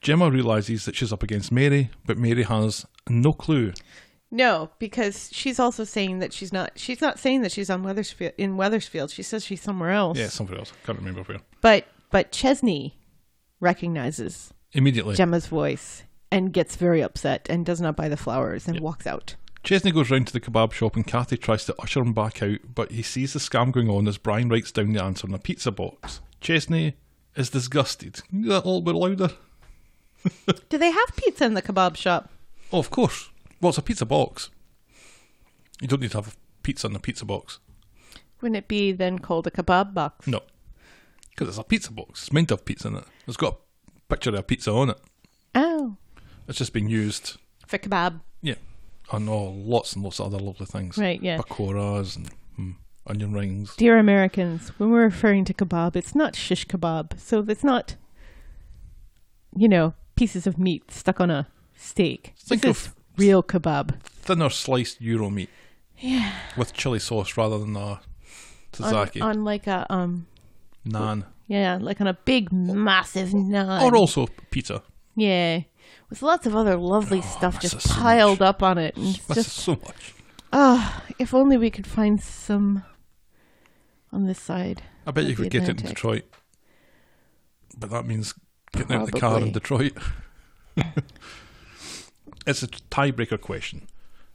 Gemma realises that she's up against Mary, but Mary has no clue. No, because she's also saying that she's not. She's not saying that she's on Weathersfield in Weathersfield. She says she's somewhere else. Yeah, somewhere else. Can't remember where. But but Chesney recognizes Immediately, *laughs* Gemma's voice and gets very upset and does not buy the flowers and walks out. Chesney goes round to the kebab shop, and Kathy tries to usher him back out, but he sees the scam going on as Brian writes down the answer on a pizza box. Chesney is disgusted. Can you do that a little bit louder? Do they have pizza in the kebab shop? Oh, of course. Well, it's a pizza box. You don't need to have pizza in a pizza box. Wouldn't it be then called a kebab box? No. Because it's a pizza box. It's meant to have pizza in it. It's got a picture of a pizza on it. Oh, It's just been used for kebab. Yeah. And oh, lots and lots of other lovely things. Right, yeah. Pakoras and mm, onion rings. Dear Americans, when we're referring to kebab, it's not shish kebab. So it's not, you know, pieces of meat stuck on a steak. Think this is of- real kebab. Thinner sliced Euro meat. Yeah. With chili sauce rather than a On, tzatziki. on like a, um, naan. yeah, like on a big, massive naan. Or also pizza. *laughs* Yeah. With lots of other lovely stuff Oh, that's just so much. piled up on it. And it's That's just, so much. ah, if only we could find some on this side. I bet you of the could get it in Atlantic. Detroit. But that means getting out of the car in Probably. Detroit. *laughs* it's a tiebreaker question.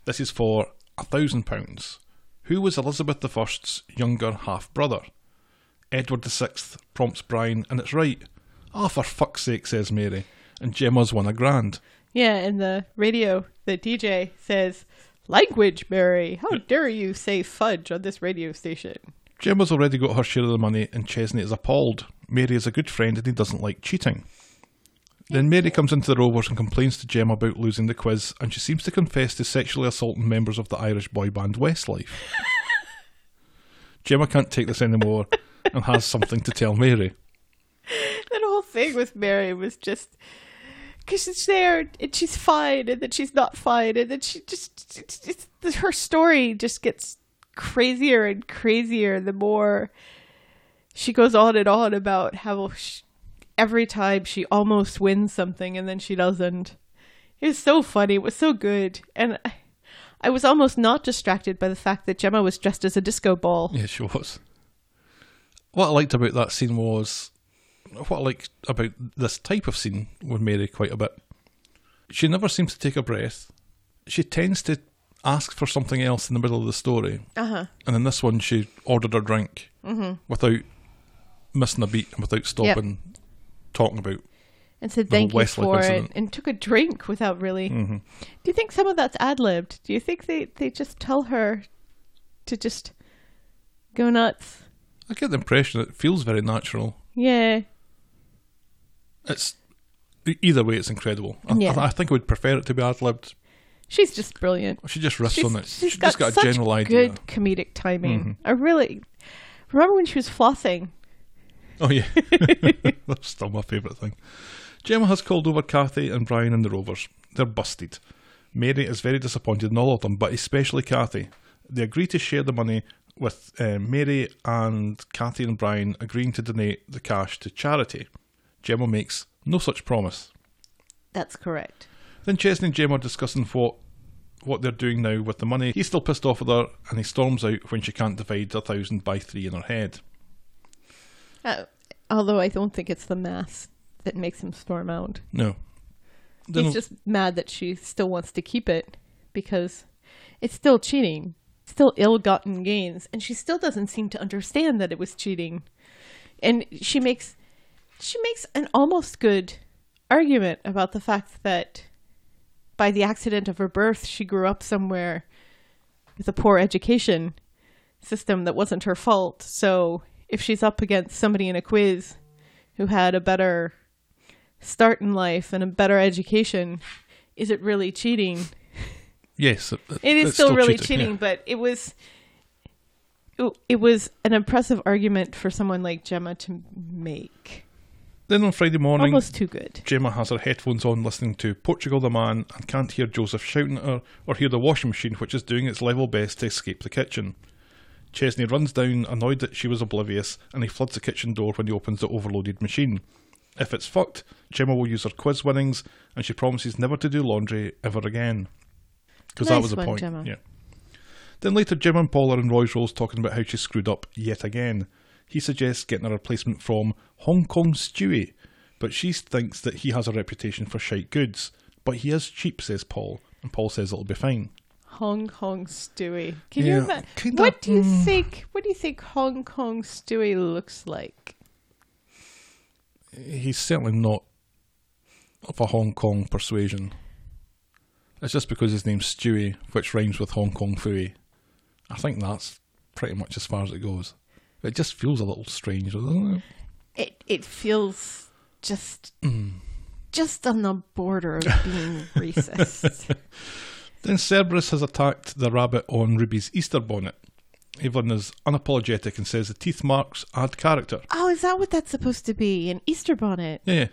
This is for a thousand pounds. Who was Elizabeth I's younger half brother? Edward VI prompts Brian, and it's right. Ah, for fuck's sake, says Mary, and Gemma's won a grand. Yeah, and the radio, the DJ says, Language, Mary. How dare you say fudge on this radio station? Gemma's already got her share of the money, and Chesney is appalled. Mary is a good friend, and he doesn't like cheating. Then Mary comes into the Rovers and complains to Gemma about losing the quiz, and she seems to confess to sexually assaulting members of the Irish boy band Westlife. Gemma can't take this anymore and has something to tell Mary. That whole thing with Mary was just. Because she's there and she's fine, and then she's not fine, and then she just. It's, it's, it's- her story just gets crazier and crazier the more she goes on and on about how sh every time she almost wins something and then she doesn't. It was so funny. It was so good. And I, I was almost not distracted by the fact that Gemma was dressed as a disco ball. Yeah, she was. What I liked about that scene was what I liked about this type of scene with Mary quite a bit. She never seems to take a breath. She tends to ask for something else in the middle of the story. Uh-huh. Mm-hmm. And in this one, she ordered her drink without missing a beat and without stopping talking about. And said The whole thank you Westlake for incident. Mm-hmm. it and took a drink without really. Do you think some of that's ad libbed? Do you think they, they just tell her to just go nuts? I get the impression it feels very natural. Yeah. It's e-, either way, it's incredible. I, Yeah. I, I think I would prefer it to be ad libbed. She's just brilliant. She just riffs She's, on it. she's she got, just got such a general idea. Mm-hmm. good comedic timing. I really remember when she was flossing. Oh yeah, *laughs* that's still my favourite thing. Gemma has called over Kathy and Brian and the Rovers. They're busted. Mary is very disappointed in all of them, but especially Kathy. They agree to share the money with uh, Mary and Kathy and Brian agreeing to donate the cash to charity. Gemma makes no such promise. That's correct. Then Chesney and Gemma are discussing what what they're doing now with the money. He's still pissed off with her, and he storms out when she can't divide a thousand by three in her head. Uh, although I don't think it's the mass that makes him storm out. No. Then- He's just mad that she still wants to keep it because it's still cheating, still ill gotten gains. And she still doesn't seem to understand that it was cheating. And she makes she makes an almost good argument about the fact that by the accident of her birth, she grew up somewhere with a poor education system that wasn't her fault. So if she's up against somebody in a quiz who had a better start in life and a better education, is it really cheating? Yes, it, It is it's still, really cheating, cheating, yeah. but it was it- it was an impressive argument for someone like Gemma to make. Then on Friday morning, Almost too good. Gemma has her headphones on listening to Portugal the Man and can't hear Joseph shouting at her or hear the washing machine, which is doing its level best to escape the kitchen. Chesney runs down, annoyed that she was oblivious, and he floods the kitchen door when he opens the overloaded machine. If it's fucked, Gemma will use her quiz winnings, and she promises never to do laundry ever again. Because that Nice was the one, point. Gemma. Yeah. Then later, Jim and Paul are in Roy's Rolls talking about how she screwed up yet again. He suggests getting a replacement from Hong Kong Stewie, but she thinks that he has a reputation for shite goods. But he is cheap, says Paul, and Paul says it'll be fine. Hong Kong Stewie. Can Yeah, you imagine? kinda, What do you mm. think? What do you think Hong Kong Stewie looks like? He's certainly not of a Hong Kong persuasion. It's just because his name's Stewie, which rhymes with Hong Kong Fooey. I think that's pretty much as far as it goes. It just feels a little strange, doesn't it? It it feels just Mm. just on the border of being *laughs* racist. Then Cerberus has attacked the rabbit on Ruby's Easter bonnet. Evelyn is unapologetic and says the teeth marks add character. Oh, is that what that's supposed to be? An Easter bonnet? Yeah,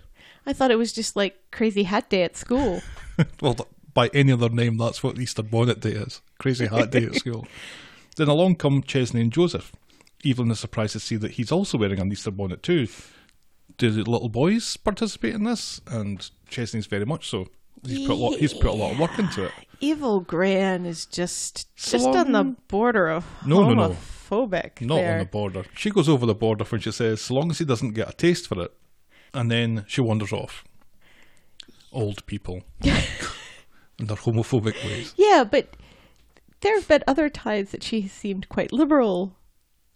I thought it was just like crazy hat day at school. yeah. well, th- by any other name, that's what Easter bonnet day is. Crazy hat day at school. Then along come Chesney and Joseph. Evelyn is surprised to see that he's also wearing an Easter bonnet too. Do the little boys participate in this? And Chesney's very much so. He's put a lot. He's put a lot of work into it. Evil Gran is just just So, on the um, border of No, no, no. homophobic. Not there. on the border. She goes over the border when she says, so long as he doesn't get a taste for it. And then she wanders off. Old people. and their homophobic ways. Yeah, but there have been other times that she has seemed quite liberal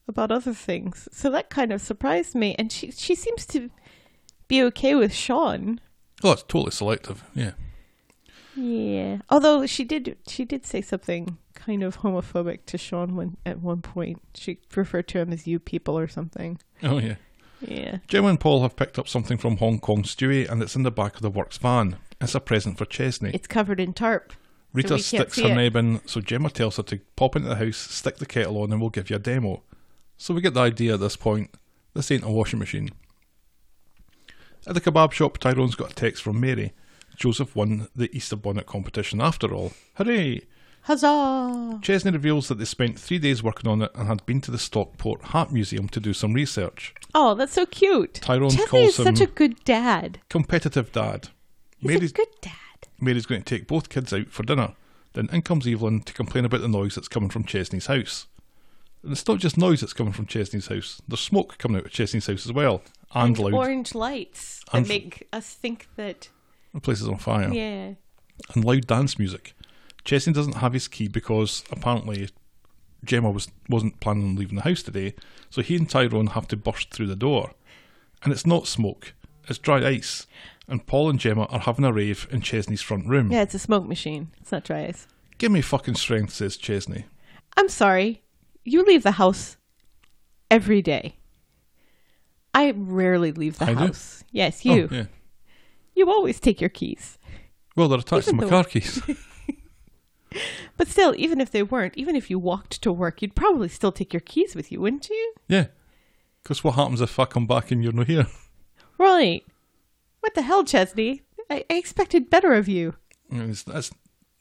about other things. So that kind of surprised me. And she she seems to be okay with Sean. Oh, it's totally selective. Yeah. Yeah. Although she did she did say something kind of homophobic to Sean when at one point. She referred to him as you people or something. Oh, yeah. Yeah. Jim and Paul have picked up something from Hong Kong Stewie, and it's in the back of the works van. It's a present for Chesney. It's covered in tarp. Rita we can't sticks see her it. name in, so Gemma tells her to pop into the house, stick the kettle on, and we'll give you a demo. So we get the idea at this point this ain't a washing machine. At the kebab shop, Tyrone's got a text from Mary. Joseph won the Easter bonnet competition after all. Hooray! Huzzah! Chesney reveals that they spent three days working on it and had been to the Stockport Hat Museum to do some research. Oh, that's so cute. Tyrone Chesney calls is such him- a good dad. Competitive dad. He's Mary's, a good dad. Mary's going to take both kids out for dinner. Then in comes Evelyn to complain about the noise that's coming from Chesney's house. And it's not just noise that's coming from Chesney's house. There's smoke coming out of Chesney's house as well. And, loud. Orange lights that And- make us think that The place is on fire. yeah. And loud dance music. Chesney doesn't have his key because apparently Gemma was, wasn't planning on leaving the house today, so he and Tyrone have to burst through the door. And it's not smoke, it's dry ice. And Paul and Gemma are having a rave in Chesney's front room. Yeah, it's a smoke machine. It's not dry ice. Give me fucking strength, says Chesney. I'm sorry. You leave the house every day. I rarely leave the I do? house. Yes, you. Oh, yeah. You always take your keys. Well, they're attached Even to my though- car keys. *laughs* But still, even if they weren't, even if you walked to work, you'd probably still take your keys with you, wouldn't you? yeah. Because what happens if I come back and you're not here? Right. What the hell, Chesney? I, I expected better of you. I mean, it's, that's,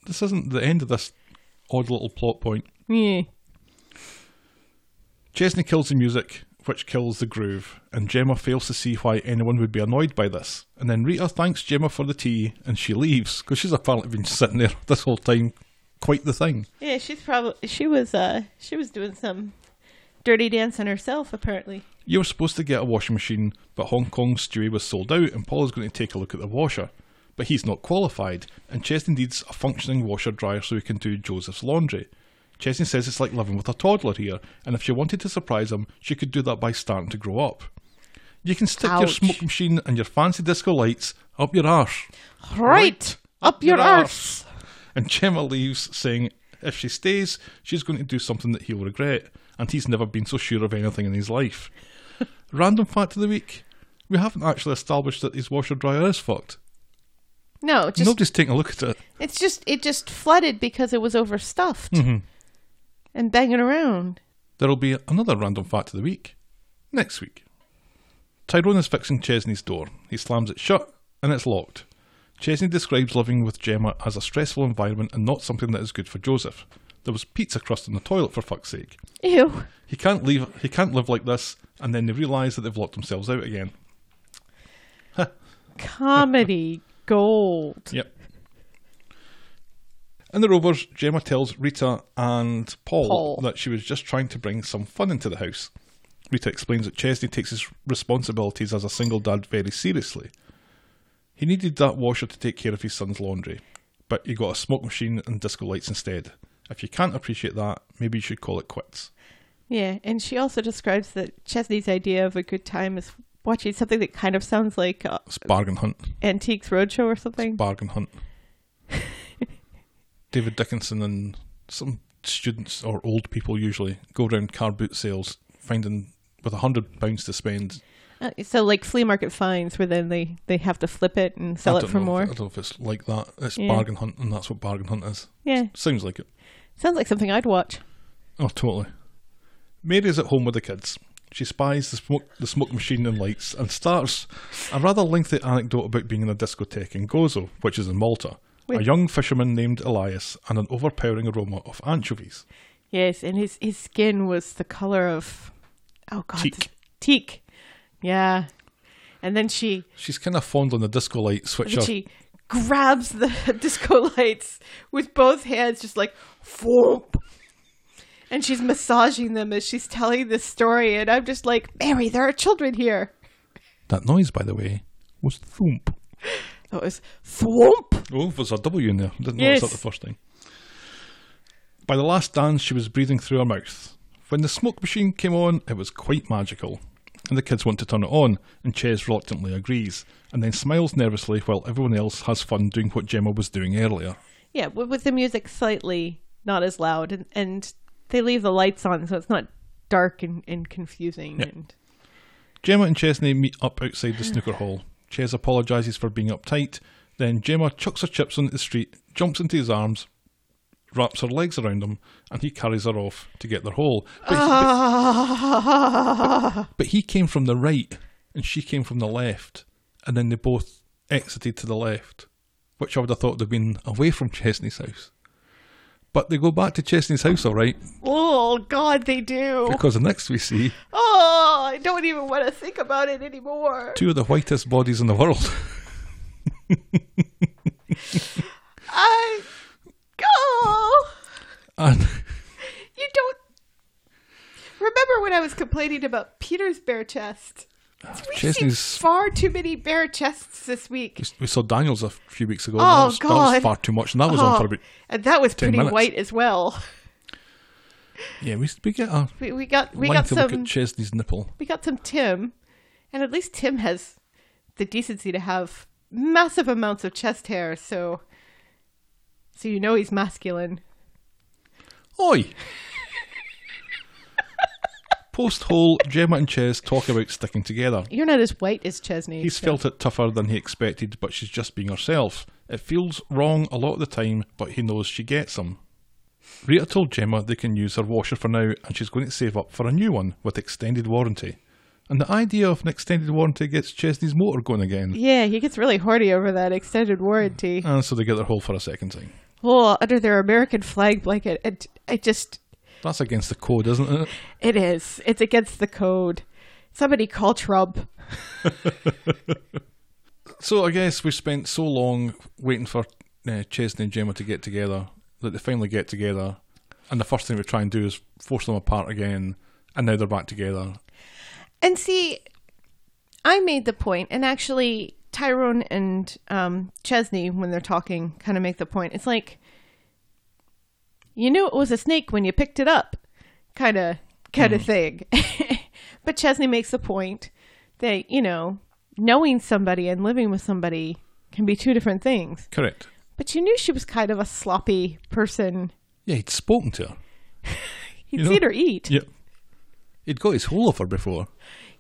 this isn't the end of this odd little plot point. Yeah. Chesney kills the music, which kills the groove, and Gemma fails to see why anyone would be annoyed by this. And then Rita thanks Gemma for the tea and she leaves because she's apparently been sitting there *laughs* this whole time, quite the thing. Yeah, she's probably she was uh she was doing some dirty dancing herself apparently. You were supposed to get a washing machine, but Hong Kong Stewie was sold out, and Paul is going to take a look at the washer. But he's not qualified, and Chesney needs a functioning washer dryer so he can do Joseph's laundry. Chesney says it's like living with a toddler here, and if she wanted to surprise him, she could do that by starting to grow up. You can stick your Ouch. smoke machine and your fancy disco lights up your arse. Right up your arse. arse. And Gemma leaves, saying if she stays, she's going to do something that he'll regret, and he's never been so sure of anything in his life. *laughs* Random fact of the week we haven't actually established that his washer dryer is fucked. No, just Nobody's taking a look at it. it's just it just flooded because it was overstuffed and banging around. There'll be another random fact of the week next week. Tyrone is fixing Chesney's door. He slams it shut and it's locked. Chesney describes living with Gemma as a stressful environment and not something that is good for Joseph. There was pizza crust in the toilet for fuck's sake. Ew. He can't leave he can't live like this and then they realise that they've locked themselves out again. *laughs* Comedy gold. Yep. In the Rovers, Gemma tells Rita and Paul, Paul. that she was just trying to bring some fun into the house. Rita explains that Chesney takes his responsibilities as a single dad very seriously. He needed that washer to take care of his son's laundry, but he got a smoke machine and disco lights instead. If you can't appreciate that, maybe you should call it quits. Yeah, and she also describes that Chesney's idea of a good time is watching something that kind of sounds like uh, It's bargain hunt. Antiques Roadshow or something. Bargain *laughs* hunt. David Dickinson and some students or old people usually go around car boot sales finding with a hundred pounds to spend. Uh, so like flea market finds, where then they they have to flip it and I sell it don't for know if- more. I don't know if it's like that. It's Yeah. bargain hunt, and that's what bargain hunt is. Yeah, Sounds like it. sounds like something I'd watch. Oh, totally. Mary is at home with the kids. She spies the smoke, the smoke machine and lights and starts a rather lengthy anecdote about being in a discotheque in Gozo, which is in Malta. A Wait. young fisherman named Elias and an overpowering aroma of anchovies. Yes, and his his skin was the color of oh god Teak. teak. Yeah, and then she She's kind of fond on the disco lights, which then are she grabs the *laughs* disco lights with both hands, just like "Whoop." and she's massaging them as she's telling this story, and I'm just like Mary, there are children here. that noise, by the way, was thump. So it was thwomp. Oh, there's a W in there. Didn't notice Yes. that the first time. By the last dance, she was breathing through her mouth. When the smoke machine came on, it was quite magical. And the kids want to turn it on, and Ches reluctantly agrees, and then smiles nervously while everyone else has fun doing what Gemma was doing earlier. Yeah, with, with the music slightly not as loud, and, and they leave the lights on, so it's not dark and, and confusing. Yeah. And Gemma and Chesney meet up outside the snooker hall. Ches apologises for being uptight, then Gemma chucks her chips onto the street, jumps into his arms, wraps her legs around him, and he carries her off to get their hole. But, Ah. he, but- but he came from the right, and she came from the left, and then they both exited to the left, which I would have thought they'd been away from Chesney's house. But they go back to Chesney's house, all right, oh God, they do. *laughs* because the next we see Oh, I don't even want to think about it anymore. two of the whitest bodies in the world. *laughs* I oh, And you don't remember when I was complaining about Peter's bare chest. We've Chesney's- seen far too many bare chests this week. We saw Daniels a few weeks ago. Oh, that, was, that was God. far too much, and that was on for Oh, about. and that was 10 pretty minutes. white as well. Yeah, we, we get a We, we got we got lengthy look some at Chesney's nipple. we got some Tim, and at least Tim has the decency to have massive amounts of chest hair. So, so you know he's masculine. Oi! *laughs* Post hole, Gemma and Ches talk about sticking together. You're not as white as Chesney. He's felt it tougher than he expected, but she's just being herself. It feels wrong a lot of the time, but he knows she gets him. Rita told Gemma they can use her washer for now, and she's going to save up for a new one with extended warranty. And the idea of an extended warranty gets Chesney's motor going again. Yeah, he gets really horny over that extended warranty. And so they get their hole for a second time. Oh, under their American flag blanket. It, it just, That's against the code, isn't it? it is. It's against the code. Somebody call Trump. So I guess we spent so long waiting for uh, Chesney and Gemma to get together that they finally get together, and the first thing we try and do is force them apart again, and now they're back together. And see, I made the point, and actually, Tyrone and um, Chesney, when they're talking, kind of make the point. It's like, you knew it was a snake when you picked Mm. *laughs* it up, kind of, kind of thing. but Chesney makes the point that you know knowing somebody and living with somebody can be two different things. Correct. But you knew she was kind of a sloppy person. Yeah, he'd spoken to her. He'd You know- see her eat. Yep. He'd got his whole off her before.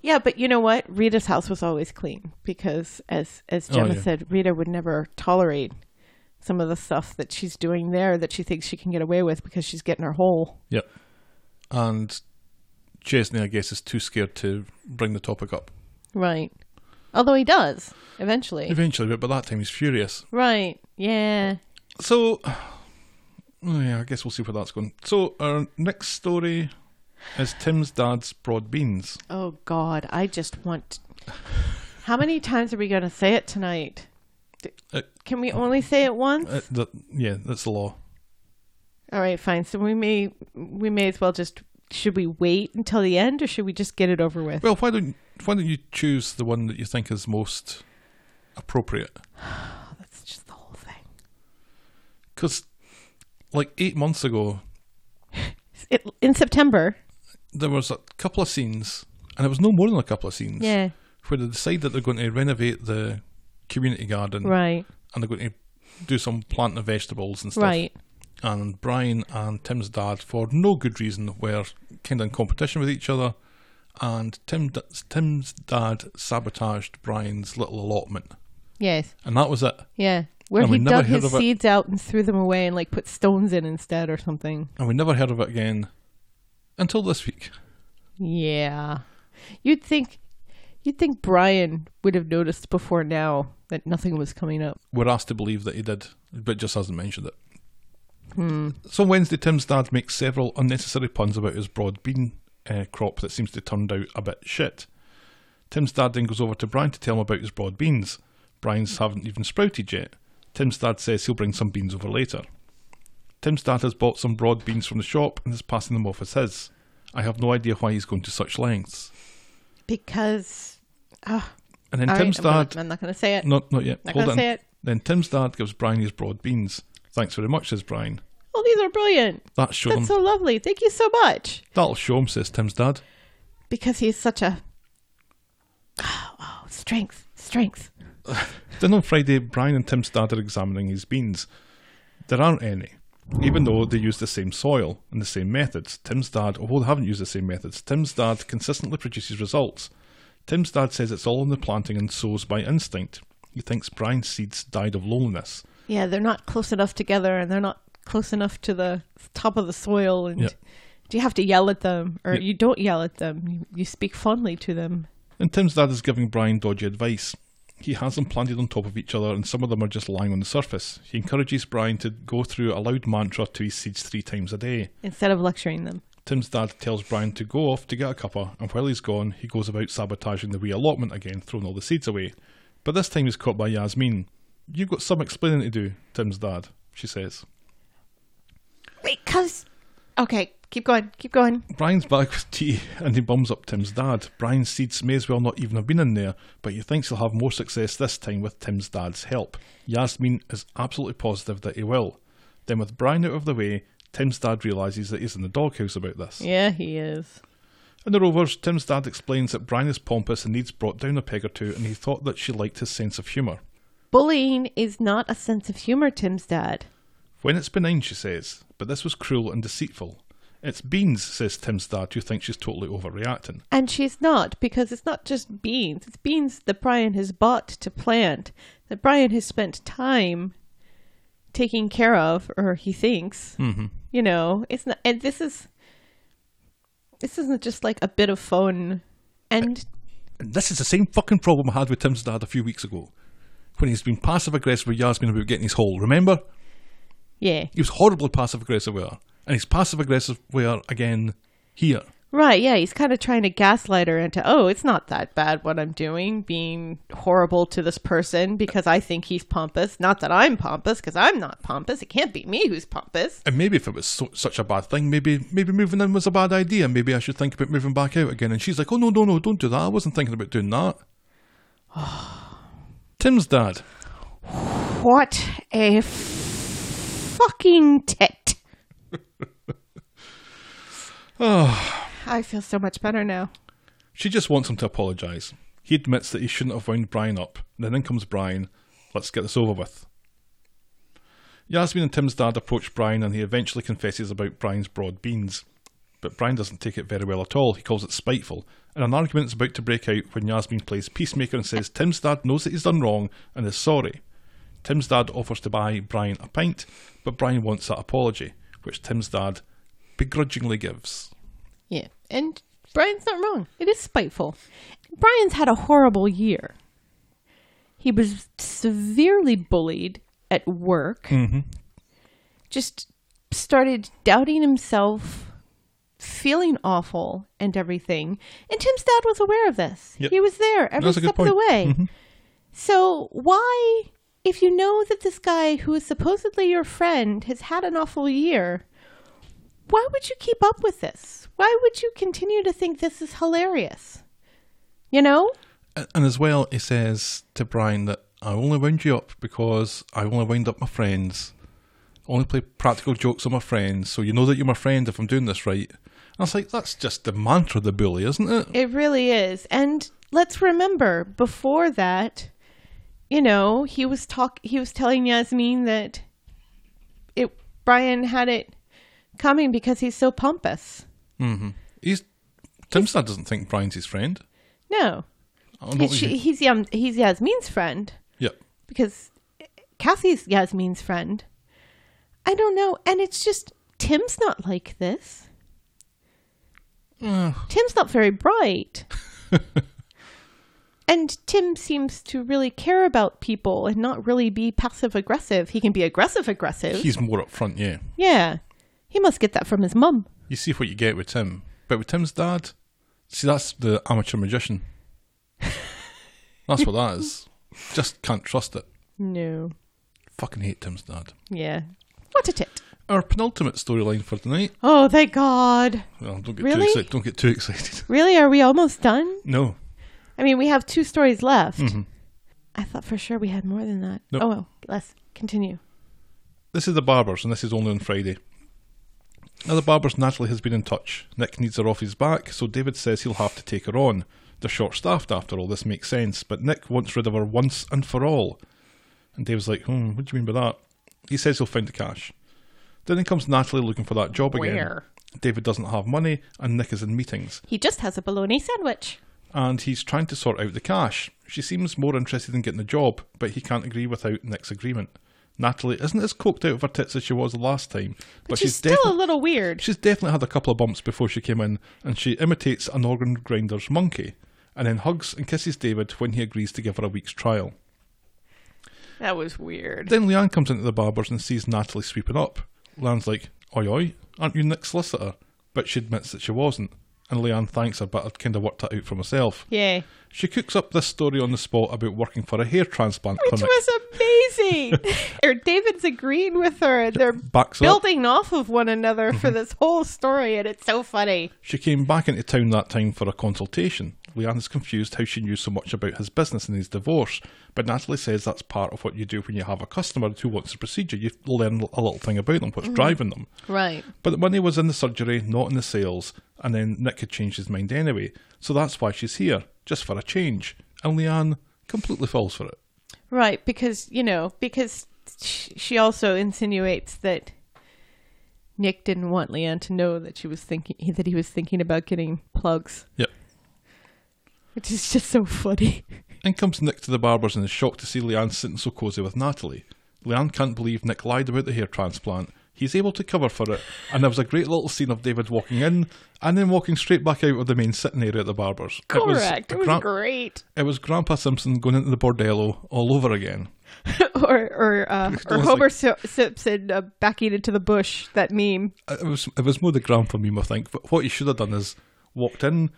Yeah, but you know what? Rita's house was always clean because, as as Oh, Gemma yeah. said, Rita would never tolerate some of the stuff that she's doing there that she thinks she can get away with because she's getting her hole. Yep. And Chesney, I guess, is too scared to bring the topic up. Right. Although he does eventually. Eventually, but by that time he's furious. right. Yeah. So, oh yeah, I guess we'll see where that's going. So, our next story is Tim's dad's broad beans. Oh God, I just want. How many times are we going to say it tonight? D- Uh, Can we only say it once? Uh, that, yeah, that's the law. All right, fine. So we may we may as well just should we wait until the end or should we just get it over with? Well, why don't why don't you choose the one that you think is most appropriate? That's just the whole thing. Because, like eight months ago, It, in September. there was a couple of scenes, and it was no more than a couple of scenes, Yeah. where they decide that they're going to renovate the community garden, Right. and they're going to do some planting of vegetables and stuff. Right. and Brian and Tim's dad, for no good reason, were kind of in competition with each other, and Tim d- Tim's dad sabotaged Brian's little allotment, Yes. and that was it. Yeah. Where And we he never dug heard his of it. seeds out and threw them away and like put stones in instead or something. And we never heard of it again until this week. Yeah. You'd think you'd think Brian would have noticed before now that nothing was coming up. We're asked to believe that he did, but just hasn't mentioned it. So Wednesday, Tim's dad makes several unnecessary puns about his broad bean uh, crop that seems to have turned out a bit shit. Tim's dad then goes over to Brian to tell him about his broad beans. Brian's haven't even sprouted yet. Tim's dad says he'll bring some beans over later. Tim's dad has bought some broad beans from the shop and is passing them off as his. I have no idea why he's going to such lengths. Because And then all right, Tim's I'm, gonna- dad I'm not gonna say it. Not not yet. Not Hold gonna on. say it. Then Tim's dad gives Brian his broad beans. Thanks very much, says Brian. Oh these are brilliant. That show him. That's so lovely. Thank you so much. That'll show him, says Tim's dad. Because he's such a *sighs* oh, oh strength. Strength. Then on Friday, Brian and Tim's dad are examining his beans. There aren't any, even though they use the same soil and the same methods. Tim's dad, although they haven't used the same methods, Tim's dad consistently produces results. Tim's dad says it's all in the planting and sows by instinct. He thinks Brian's seeds died of loneliness. Yeah, they're not close enough together and they're not close enough to the top of the soil and Yeah. do you have to yell at them or Yeah. you don't yell at them. You, you speak fondly to them. And Tim's dad is giving Brian dodgy advice. He has them planted on top of each other, and some of them are just lying on the surface. He encourages Brian to go through a loud mantra to his seeds three times a day. instead of lecturing them. Tim's dad tells Brian to go off to get a cuppa, and while he's gone, he goes about sabotaging the wee allotment again, throwing all the seeds away. But this time he's caught by Yasmin. You've got some explaining to do, Tim's dad, she says. Because, okay, keep going, keep going. Brian's back with tea and he bums up Tim's dad. Brian's seeds may as well not even have been in there, but he thinks he'll have more success this time with Tim's dad's help. Yasmin is absolutely positive that he will. Then, with Brian out of the way, Tim's dad realises that he's in the doghouse about this. Yeah, he is. In the Rovers, Tim's dad explains that Brian is pompous and needs brought down a peg or two, and he thought that she liked his sense of humour. Bullying is not a sense of humor, Tim's dad. When it's benign, she says, but this was cruel and deceitful. It's beans, says Tim's dad, who thinks she's totally overreacting. And she's not, because it's not just beans. It's beans that Brian has bought to plant, that Brian has spent time taking care of, or he thinks. Mm-hmm. You know, it's not, and this is, this isn't just like a bit of fun. And And this is the same fucking problem I had with Tim's dad a few weeks ago, when he's been passive aggressive with Yasmin about getting his hole. Remember? yeah, He was horribly passive aggressive with her, and he's passive aggressive with her again here. Right, yeah, he's kind of trying to gaslight her into, oh, it's not that bad what I'm doing, being horrible to this person because I think he's pompous. Not that I'm pompous, because I'm not pompous. It can't be me who's pompous. And maybe if it was so, such a bad thing, maybe maybe moving in was a bad idea. Maybe I should think about moving back out again. And she's like, "Oh no, no, no, don't do that. I wasn't thinking about doing that." *sighs* Tim's dad. What a f- fucking tit. I feel so much better now. She just wants him to apologise. He admits that he shouldn't have wound Brian up. Then in comes Brian. Let's get this over with. Yasmin and Tim's dad approach Brian and he eventually confesses about Brian's broad beans. But Brian doesn't take it very well at all. He calls it spiteful. And an argument is about to break out when Yasmin plays peacemaker and says Tim's dad knows that he's done wrong and is sorry. Tim's dad offers to buy Brian a pint, but Brian wants that apology, which Tim's dad begrudgingly gives. Yeah. And Brian's not wrong. It is spiteful. Brian's had a horrible year. He was severely bullied at work. Just started doubting himself, feeling awful and everything. And Tim's dad was aware of this. Yep. He was there every That's a good step of the point. Mm-hmm. way. So why if you know that this guy who is supposedly your friend has had an awful year, why would you keep up with this? Why would you continue to think this is hilarious? You know? A- And as well, he says to Brian that I only wound you up because I only wind up my friends. I only play practical jokes on my friends, so you know that you're my friend if I'm doing this right. And I was like, that's just the mantra of the bully, isn't it? It really is. And let's remember before that, you know, he was talk he was telling Yasmin that it Brian had it coming because he's so pompous. He's Tim's dad doesn't think Brian's his friend. No. I don't know He's, what she, you- he's, Yam- he's Yasmin's friend. yeah, because Cassie's Yasmin's friend. I don't know. And it's just Tim's not like this. Tim's not *laughs* very bright. and Tim seems to really care about people and not really be passive aggressive. He can be aggressive aggressive. he's more up front. Yeah, yeah. He must get that from his mum. you see what you get with Tim, but with Tim's dad, see that's the amateur magician. that's what that is. Just can't trust it. No. Fucking hate Tim's dad. Yeah. What a tit. Our penultimate storyline for tonight. Oh, thank God. Well, don't get too Really? excited. Don't get too *laughs* excited. Really? Are we almost done? No, I mean, we have two stories left. I thought for sure we had more than that. Mm-hmm. Nope. Oh, well, let's continue. this is the barbers, and this is only on Friday. Now the barbers naturally has been in touch. Nick needs her off his back, so David says he'll have to take her on. They're short-staffed after all. This makes sense, but Nick wants rid of her once and for all. And David's like, "Hmm, what do you mean by that?" He says he'll find the cash. Then in comes Natalie looking for that job again. Where? David doesn't have money, and Nick is in meetings. He just has a bologna sandwich. and he's trying to sort out the cash. She seems more interested in getting the job, but he can't agree without Nick's agreement. Natalie isn't as coked out of her tits as she was last time, but, But she's, still a defi- little weird. she's definitely had a couple of bumps before she came in, and she imitates an organ grinder's monkey, and then hugs and kisses David when he agrees to give her a week's trial. That was weird. Then Leanne comes into the barber's and sees Natalie sweeping up. Leanne's like, Oi, oi, aren't you Nick's solicitor? But she admits that she wasn't, and Leanne thanks her, but I'd kind of worked that out for myself. Yay. She cooks up this story on the spot about working for a hair transplant Which clinic. was amazing. *laughs* *laughs* Or David's agreeing with her. and They're Backs up. Mm-hmm. building off of one another for this whole story, and it's so funny. She came back into town that time for a consultation. Leanne is confused how she knew so much about his business and his divorce, but Natalie says that's part of what you do when you have a customer who wants a procedure. You learn a little thing about them, what's driving them. Right. But the money was in the surgery, not in the sales, and then Nick had changed his mind anyway, so that's why she's here, just for a change. And Leanne completely falls for it. Right, because you know, because sh- she also insinuates that Nick didn't want Leanne to know that she was thinking that he was thinking about getting plugs, Yep. which is just so funny. In comes Nick to the barber's and is shocked to see Leanne sitting so cosy with Natalie. Leanne can't believe Nick lied about the hair transplant. He's able to cover for it, and there was a great little scene of David walking in and then walking straight back out of the main sitting area at the barber's. Correct. It was, Gran- great. *laughs* It was Grandpa Simpson going into the bordello all over again. or or uh, or was Homer like- Si- Simpson uh, backing into the bush. That meme. It was it was more the grandpa meme, I think. But what he should have done is walked in,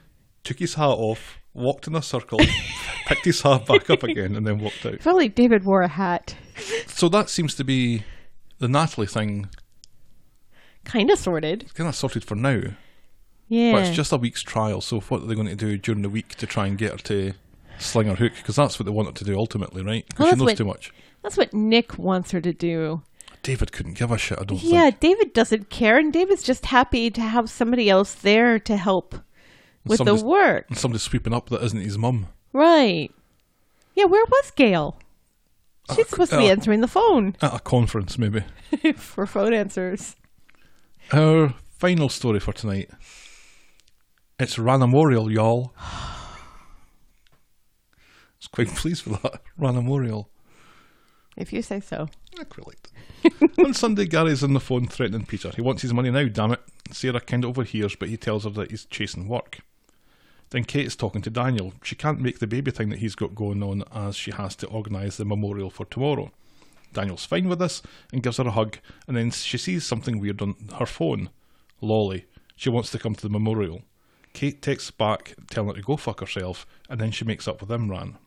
took his hat off, walked in a circle, *laughs* picked his hat back up again, and then walked out. If only David wore a hat. So that seems to be the Natalie thing Kind of sorted. kind of sorted for now. Yeah. But it's just a week's trial, so what are they going to do during the week to try and get her to sling her hook? Because that's what they want her to do ultimately, right? 'Cause Well, she that's knows what- too much. That's what Nick wants her to do. David couldn't give a shit, I don't Yeah, think. David doesn't care, and David's just happy to have somebody else there to help with the Somebody's- work. And somebody's sweeping up that isn't his mum. Right. Yeah, where was Gail? She's supposed to be uh, answering the phone *laughs* At a conference, maybe. for phone answers. Our final story for tonight. It's Ranamorial, y'all. *sighs* I was quite *laughs* pleased with that. Ranamorial. If you say so. I quite liked it. On Sunday, Gary's on the phone threatening Peter. He wants his money now, damn it. Sarah kind of overhears, but he tells her that he's chasing work. Then Kate's talking to Daniel. She can't make the baby thing that he's got going on as she has to organise the memorial for tomorrow. Daniel's fine with this and gives her a hug, and then she sees something weird on her phone. Lolly. She wants to come to the memorial. Kate texts back, telling her to go fuck herself, and then she makes up with Imran.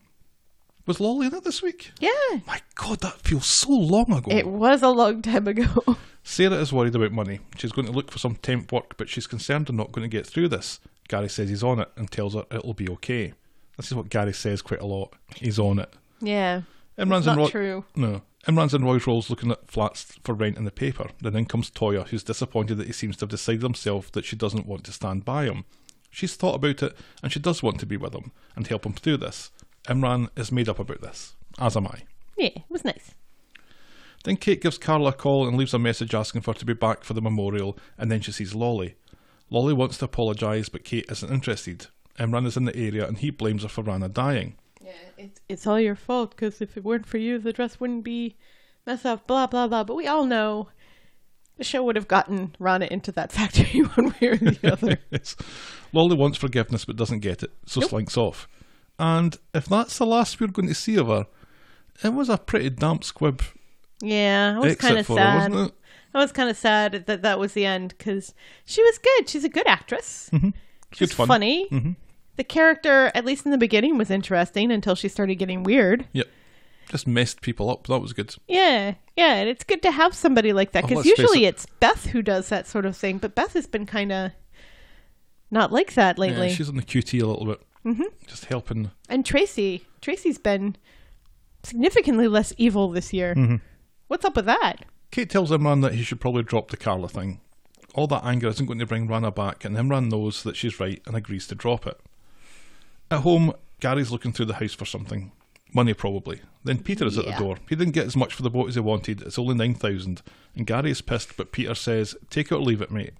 Was Lolly in it this week? Yeah. My god, that feels so long ago. It was a long time ago. *laughs* Sarah is worried about money. She's going to look for some temp work, but she's concerned they're not going to get through this. Gary says he's on it and tells her it'll be okay. This is what Gary says quite a lot. He's on it. Yeah. Imran's in not Roy- true. No. Imran's in Roy's Rolls looking at flats for rent in the paper. Then in comes Toya, who's disappointed that he seems to have decided himself that she doesn't want to stand by him. She's thought about it and she does want to be with him and help him through this. Imran is made up about this, as am I. Yeah, it was nice. Then Kate gives Carla a call and leaves a message asking for her to be back for the memorial, and then she sees Lolly. Lolly wants to apologise, but Kate isn't interested. Imran is in the area and he blames her for Rana dying. Yeah, it's it's all your fault because if it weren't for you, the dress wouldn't be mess up. Blah blah blah. But we all know the show would have gotten Rana into that *laughs* factory one way or the other. *laughs* Yes. Lolly wants forgiveness but doesn't get it, so slinks off. And if that's the last we're going to see of her, it was a pretty damp squib yeah, I was exit kind of for sad. her, wasn't it? I was kind of sad that that was the end because she was good. She's a good actress. She's Good Mm-hmm. fun. Mm-hmm. funny. The character, at least in the beginning, was interesting until she started getting weird. Yep. Just messed people up. That was good. Yeah, yeah, and it's good to have somebody like that Oh, because let's face usually it. it's Beth who does that sort of thing, but Beth has been kind of not like that Yeah, lately. she's on the QT a little bit. Mm-hmm. Just helping and Tracy, Tracy's been significantly less evil this year. Mm-hmm. What's up with that? Kate tells Imran that he should probably drop the Carla thing. All that anger isn't going to bring Rana back, and Imran knows that she's right and agrees to drop it. At home, Gary's looking through the house for something. Money, probably. Then Peter is at Yeah. the door. He didn't get as much for the boat as he wanted. It's only 9,000. And Gary is pissed, but Peter says, Take it or leave it, mate.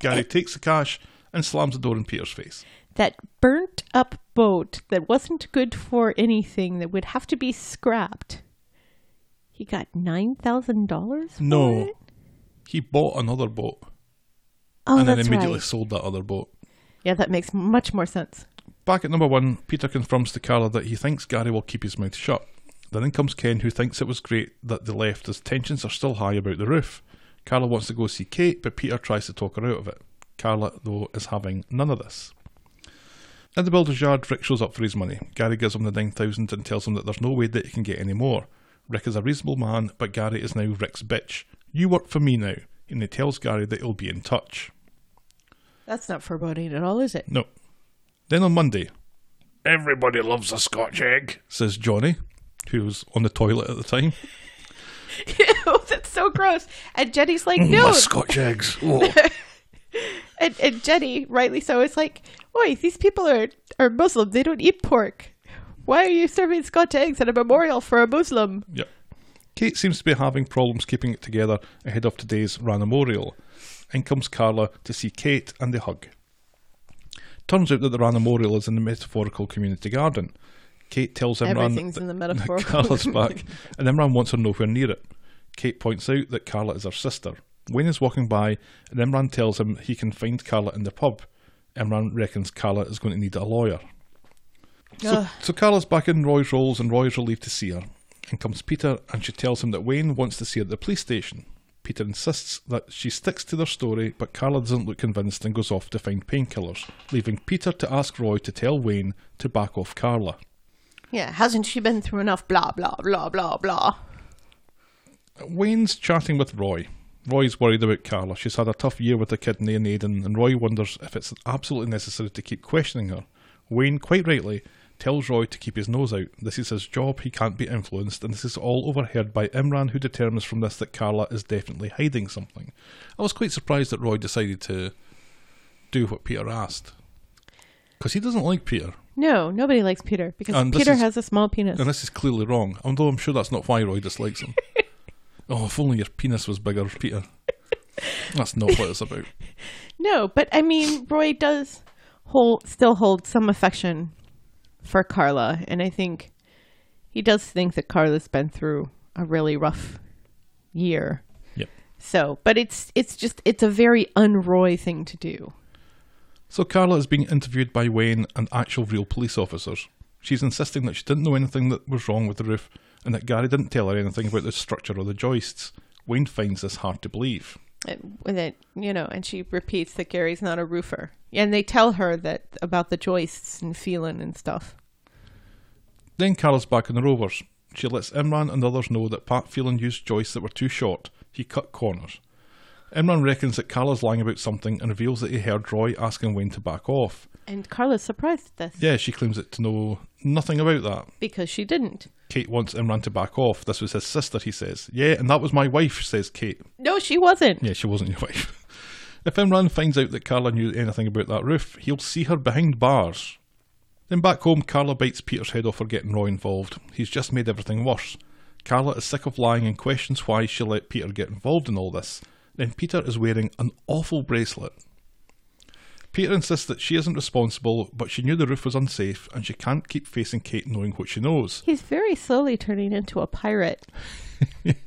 Gary Uh, takes the cash and slams the door in Peter's face. That burnt up boat that wasn't good for anything that would have to be scrapped. He got nine thousand dollars. No. He bought another boat Oh, and then that's immediately right. sold that other boat. Yeah, that makes much more sense. Back at number one, Peter confirms to Carla that he thinks Gary will keep his mouth shut. Then in comes Ken, who thinks it was great that they left as tensions are still high about the roof. Carla wants to go see Kate, but Peter tries to talk her out of it. Carla, though, is having none of this. In the builder's yard, Rick shows up for his money. Gary gives him the 9,000 and tells him that there's no way that he can get any more. Rick is a reasonable man, but Gary is now Rick's bitch. You work for me now. And he tells Gary that he'll be in touch. That's not foreboding at all, is it? No. Then on Monday, everybody loves a Scotch egg, says Johnny, who was on the toilet at the time. Ew, *laughs* that's so gross. And Jenny's like, no. My Scotch eggs. Oh. And, and Jenny, rightly so, is like, oi, these people are, are Muslim. They don't eat pork. Why are you serving scotch eggs at a memorial for a Muslim? yep. Kate seems to be having problems keeping it together ahead of today's Ranamorial. In comes Carla to see Kate and they hug. Turns out that the Ranamorial is in the metaphorical community garden. Kate tells Imran *laughs* Everything's that- in the that metaphorical Carla's back, and Imran wants her nowhere near it. Kate points out that Carla is her sister. Wayne is walking by, and Imran tells him he can find Carla in the pub. Imran reckons Carla is going to need a lawyer. So, Ugh. so Carla's back in Roy's Rolls, and Roy's relieved to see her. In comes Peter, and she tells him that Wayne wants to see her at the police station. Peter insists that she sticks to their story, but Carla doesn't look convinced and goes off to find painkillers, leaving Peter to ask Roy to tell Wayne to back off Carla. Yeah, hasn't she been through enough blah, blah, blah, blah, blah? Wayne's chatting with Roy. Roy's worried about Carla. She's had a tough year with the kidney and Aiden, and Roy wonders if it's absolutely necessary to keep questioning her. Wayne, quite rightly, tells Roy to keep his nose out. This is his job, he can't be influenced, and this is all overheard by Imran, who determines from this that Carla is definitely hiding something. I was quite surprised that Roy decided to do what Peter asked. Because he doesn't like Peter. No, nobody likes Peter because And Um, this Peter is- has a small penis. And this is clearly wrong, although I'm sure that's not why Roy dislikes him. oh, if only your penis was bigger, Peter. That's not what it's about. No, but I mean, Roy does hold still hold some affection for Carla, and I think he does think that Carla's been through a really rough year. Yep. So, but it's it's just it's a very un-Roy thing to do. So Carla is being interviewed by Wayne and actual real police officers. She's insisting that she didn't know anything that was wrong with the roof and that Gary didn't tell her anything about the structure or the joists. Wayne finds this hard to believe. And with it, you know, and she repeats that Gary's not a roofer, and they tell her that about the joists and feeling and stuff. Then Carla's back on the rovers. She lets Imran and others know that Pat Phelan used joists that were too short. He cut corners. Imran reckons that Carla's lying about something and reveals that he heard Roy asking Wayne to back off. And Carla's surprised at this Yeah, she claims it to know nothing about that. because she didn't. Kate wants Imran to back off. This was his sister, he says. Yeah, and that was my wife, says Kate. No, she wasn't. Yeah, she wasn't your *laughs* wife. If Imran finds out that Carla knew anything about that roof, he'll see her behind bars. Then back home, Carla bites Peter's head off for getting Roy involved. He's just made everything worse. Carla is sick of lying and questions why she let Peter get involved in all this. Then Peter is wearing an awful bracelet. Peter insists that she isn't responsible, but she knew the roof was unsafe and she can't keep facing Kate knowing what she knows. *laughs* He's very slowly turning into a pirate,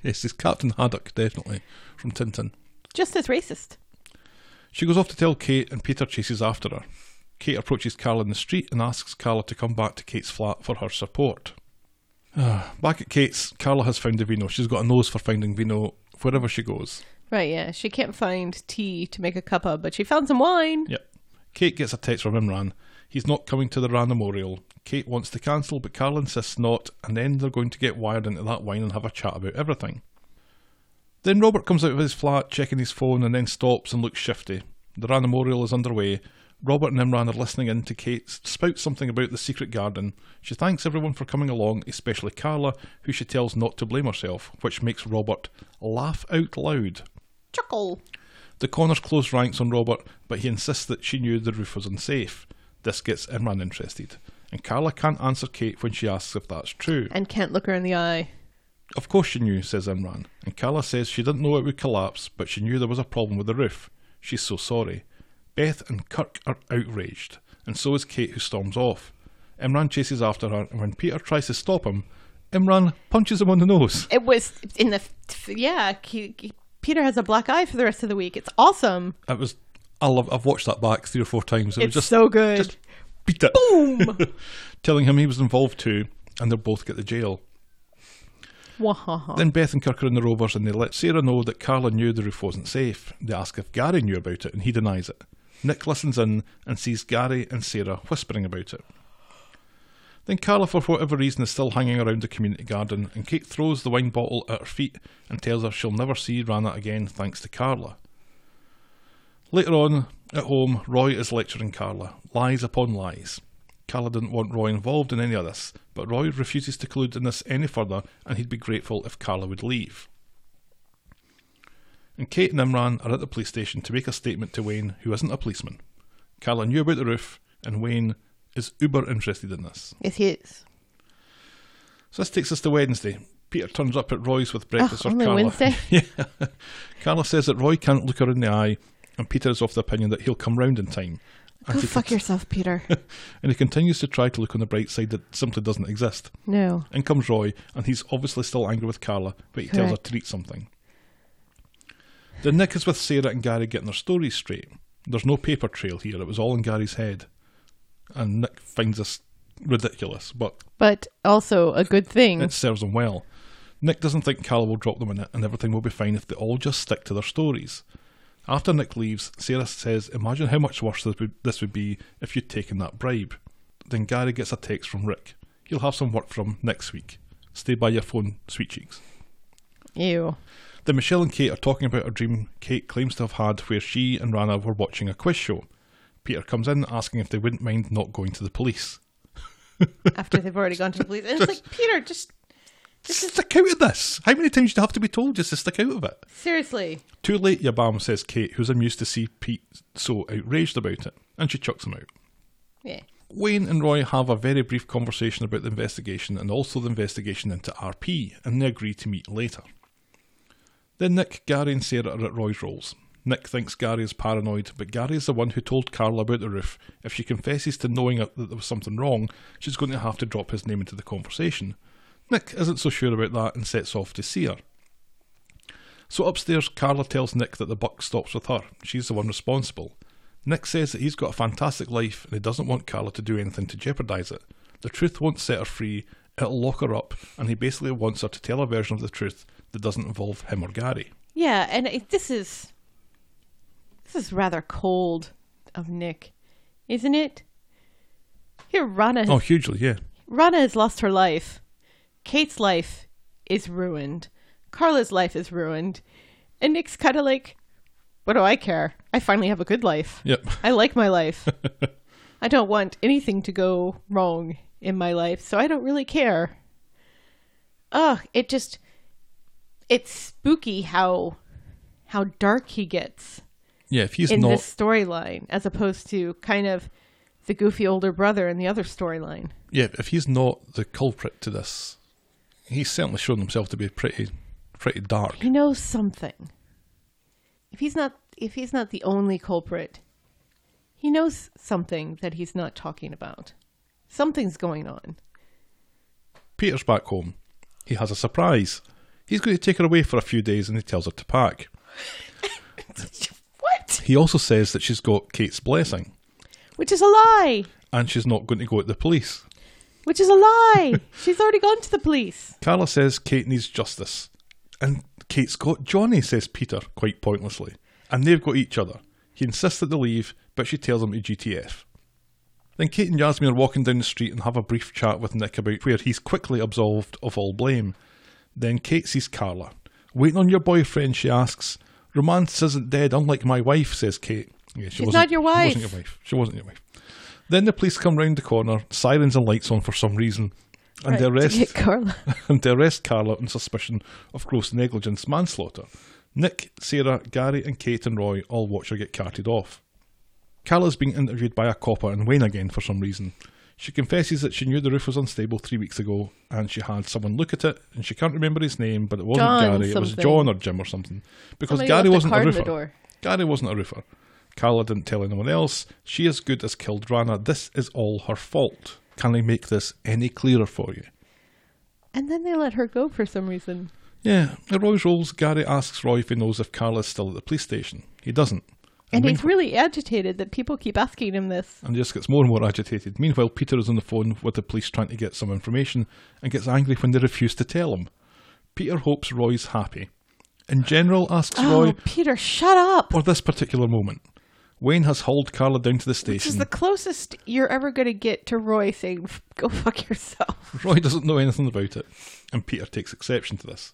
this is Captain Haddock, definitely, from Tintin. just as racist. She goes off to tell Kate, and Peter chases after her. Kate approaches Carla in the street and asks Carla to come back to Kate's flat for her support. *sighs* Ah, back at Kate's, Carla has found a Vino. She's got a nose for finding Vino wherever she goes. Right, yeah. She can't find tea to make a cup of, but she found some wine. Yep. Kate gets a text from Imran. He's not coming to the Ran Memorial. Kate wants to cancel, but Carla insists not, and then they're going to get wired into that wine and have a chat about everything. Then Robert comes out of his flat, checking his phone, and then stops and looks shifty. The Ran Memorial is underway. Robert and Imran are listening in to Kate spout something about the secret garden. She thanks everyone for coming along, especially Carla, who she tells not to blame herself, which makes Robert laugh out loud. Chuckle. The Connors close ranks on Robert, but he insists that she knew the roof was unsafe. This gets Imran interested, and Carla can't answer Kate when she asks if that's true. And can't look her in the eye. Of course she knew, says Imran, and Carla says she didn't know it would collapse, but she knew there was a problem with the roof. She's so sorry. Beth and Kirk are outraged, and so is Kate, who storms off. Imran chases after her, and when Peter tries to stop him, Imran punches him on the nose. It was in the. Yeah, he, he- Peter has a black eye for the rest of the week. It's awesome. It was. I love, I've watched that back three or four times. It was It's just so good. just beat it. Boom! *laughs* telling him he was involved too, and they'll both get to jail. Wahaha. Then Beth and Kirk are in the Rovers and they let Sarah know that Carla knew the roof wasn't safe. They ask if Gary knew about it and he denies it. Nick listens in and sees Gary and Sarah whispering about it. Then Carla, for whatever reason, is still hanging around the community garden and Kate throws the wine bottle at her feet and tells her she'll never see Rana again thanks to Carla. Later on, at home, Roy is lecturing Carla, lies upon lies. Carla didn't want Roy involved in any of this, but Roy refuses to collude in this any further, and he'd be grateful if Carla would leave. And Kate and Imran are at the police station to make a statement to Wayne, who isn't a policeman. Carla knew about the roof, and Wayne is uber interested in this. Yes, he is. So this takes us to Wednesday. Peter turns up at Roy's with breakfast Oh, or only Carla. Wednesday? *laughs* yeah. Carla says that Roy can't look her in the eye, and Peter is of the opinion that he'll come round in time. And Go he fuck con- yourself, *laughs* Peter. And he continues to try to look on the bright side that simply doesn't exist. no. In comes Roy, and he's obviously still angry with Carla, but he tells her Correct. to eat something. Then Nick is with Sarah and Gary getting their stories straight. There's no paper trail here, it was all in Gary's head. And Nick finds this ridiculous, but But also a good thing. it serves them well. Nick doesn't think Carla will drop them in it and everything will be fine if they all just stick to their stories. After Nick leaves, Sarah says, Imagine how much worse this would, this would be if you'd taken that bribe. Then Gary gets a text from Rick. He'll have some work from next week. Stay by your phone, sweet cheeks. Ew. Then Michelle and Kate are talking about a dream Kate claims to have had where she and Rana were watching a quiz show. Peter comes in asking if they wouldn't mind not going to the police. After they've already gone to the police. And it's like, Peter, just Stick out of this! How many times do you have to be told just to stick out of it? seriously. Too late, your bam, says Kate, who's amused to see Pete so outraged about it, and she chucks him out. Yeah. Wayne and Roy have a very brief conversation about the investigation and also the investigation into RP, and they agree to meet later. Then Nick, Gary, and Sarah are at Roy's Rolls. Nick thinks Gary is paranoid, but Gary is the one who told Carl about the roof. If she confesses to knowing that there was something wrong, she's going to have to drop his name into the conversation. Nick isn't so sure about that and sets off to see her. So upstairs, Carla tells Nick that the buck stops with her. She's the one responsible. Nick says that he's got a fantastic life and he doesn't want Carla to do anything to jeopardise it. The truth won't set her free, it'll lock her up, and he basically wants her to tell a version of the truth that doesn't involve him or *laughs* Gary. Yeah, and it, this is this is rather cold of Nick, isn't it? Here, Rana. Oh, hugely, yeah. Rana has lost her life. Kate's life is ruined. Carla's life is ruined. And Nick's kind of like, what do I care? I finally have a good life. Yep. I like my life. I don't want anything to go wrong in my life, so I don't really care. Ugh, it just it's spooky how how dark he gets Yeah, if he's in not. this storyline as opposed to kind of the goofy older brother in the other storyline. Yeah, if he's not the culprit to this, he's certainly shown himself to be pretty, pretty *laughs* dark. He knows something. If he's not if he's not the only culprit, he knows something that he's not talking about. Something's going on. Peter's back home. He has a surprise. He's going to take her away for a few days and he tells her to pack. What? He also says that she's got Kate's blessing Which is a lie. and she's not going to go at the police. Which is a *laughs* lie. She's already gone to the police. *laughs* Carla says Kate needs justice. And Kate's got Johnny, says Peter, quite pointlessly. And they've got each other. He insists that they leave, but she tells him to GTF. Then Kate and Yasmin are walking down the street and have a brief chat with Nick about where he's quickly absolved of all blame. Then Kate sees Carla. Waiting on your boyfriend, she asks. Romance isn't dead, unlike my wife, says Kate. Yeah, she She's wasn't- not your she wasn't wife. your wife. She wasn't your wife. Then the police come round the corner, sirens and lights on for some reason, and they Right, to arrest get Carla. *laughs* and they arrest Carla on suspicion of gross negligence manslaughter. Nick, Sarah, Gary, and Kate and Roy all watch her get carted off. Carla's being interviewed by a copper and Wayne again for some reason. She confesses that she knew the roof was unstable three weeks ago and she had someone look at it and she can't remember his name, but it wasn't John Gary, it was something. John or Jim or something. Because Somebody Gary left a wasn't a card in the roofer. door. Gary wasn't a roofer. Carla didn't tell anyone else. She is good as killed Rana. This is all her fault. Can I make this any clearer for you? *laughs* And then they let her go for some reason. Yeah, at Roy's Rolls, Gary asks Roy if he knows if Carla's still at the police station. He doesn't. And meanwh- he's really agitated that people keep asking him this. and just gets more and more agitated. Meanwhile, Peter is on the phone with the police trying to get some information and gets angry when they refuse to tell him. Peter hopes Roy's happy. In general, asks Oh, Roy, Peter, shut up. or this particular moment. Wayne has hauled Carla down to the This is station. the closest you're ever going to get to Roy saying, "F- go *laughs* fuck yourself. Roy doesn't know anything about it, and Peter takes exception to this.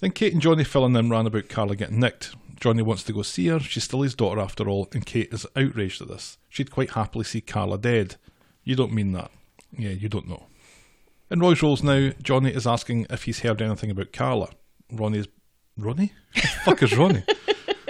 Then Kate and Johnny fill in and ran about Carla getting nicked. Johnny wants to go see her, she's still his daughter after all, and Kate is outraged at this. She'd quite happily see Carla dead. You don't mean that. Yeah, you don't know. In Roy's roles now, Johnny is asking if he's heard anything about Carla. Ronnie is. Ronnie? Who the fuck is Ronnie?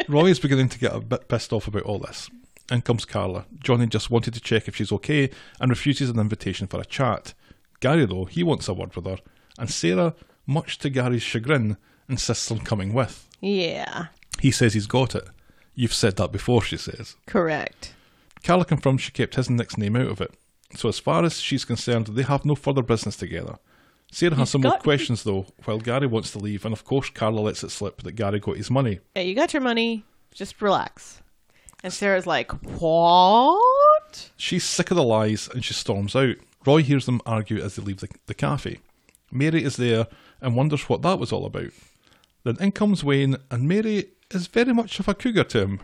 Roy is beginning to get a bit pissed off about all this. In comes Carla. Johnny just wanted to check if she's okay and refuses an invitation for a chat. Gary, though, he wants a word with her, and Sarah, much to Gary's chagrin, insists on coming with. Yeah, He says he's got it. You've said that before, she says. correct. Carla confirms she kept his and Nick's name out of it. So, as far as she's concerned, they have no further business together. Sarah has some more got- questions, though, while Gary wants to leave, and of course, Carla lets it slip that Gary got his money. Hey, you got your money. Just relax. And Sarah's like, what? She's sick of the lies and she storms out. Roy hears them argue as they leave the, the cafe. Mary is there and wonders what that was all about. Then in comes Wayne, and Mary is very much of a cougar to him.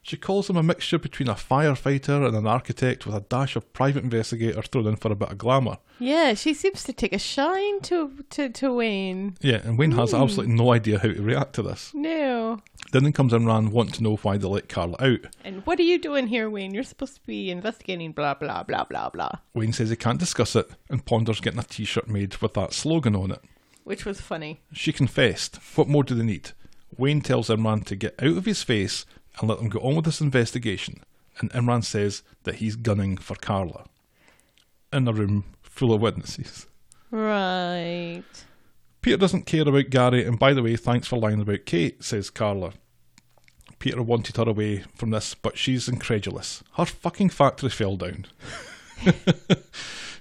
She calls him a mixture between a firefighter and an architect with a dash of private investigator thrown in for a bit of glamour. Yeah, she seems to take a shine to to, to Wayne. Yeah, and Wayne has absolutely no idea how to react to this. No. Then in comes Imran, wanting to know why they let Carla out. And what are you doing here, Wayne? You're supposed to be investigating blah, blah, blah, blah, blah. Wayne says he can't discuss it and ponders getting a t shirt made with that slogan on it. Which was funny. She confessed. What more do they need? Wayne tells Imran to get out of his face and let them go on with this investigation. and Imran says that he's gunning for Carla in a room full of witnesses. Right. Peter doesn't care about Gary, and by the way, thanks for lying about Kate, says Carla. Peter wanted her away from this, but she's incredulous. Her fucking factory fell down. *laughs*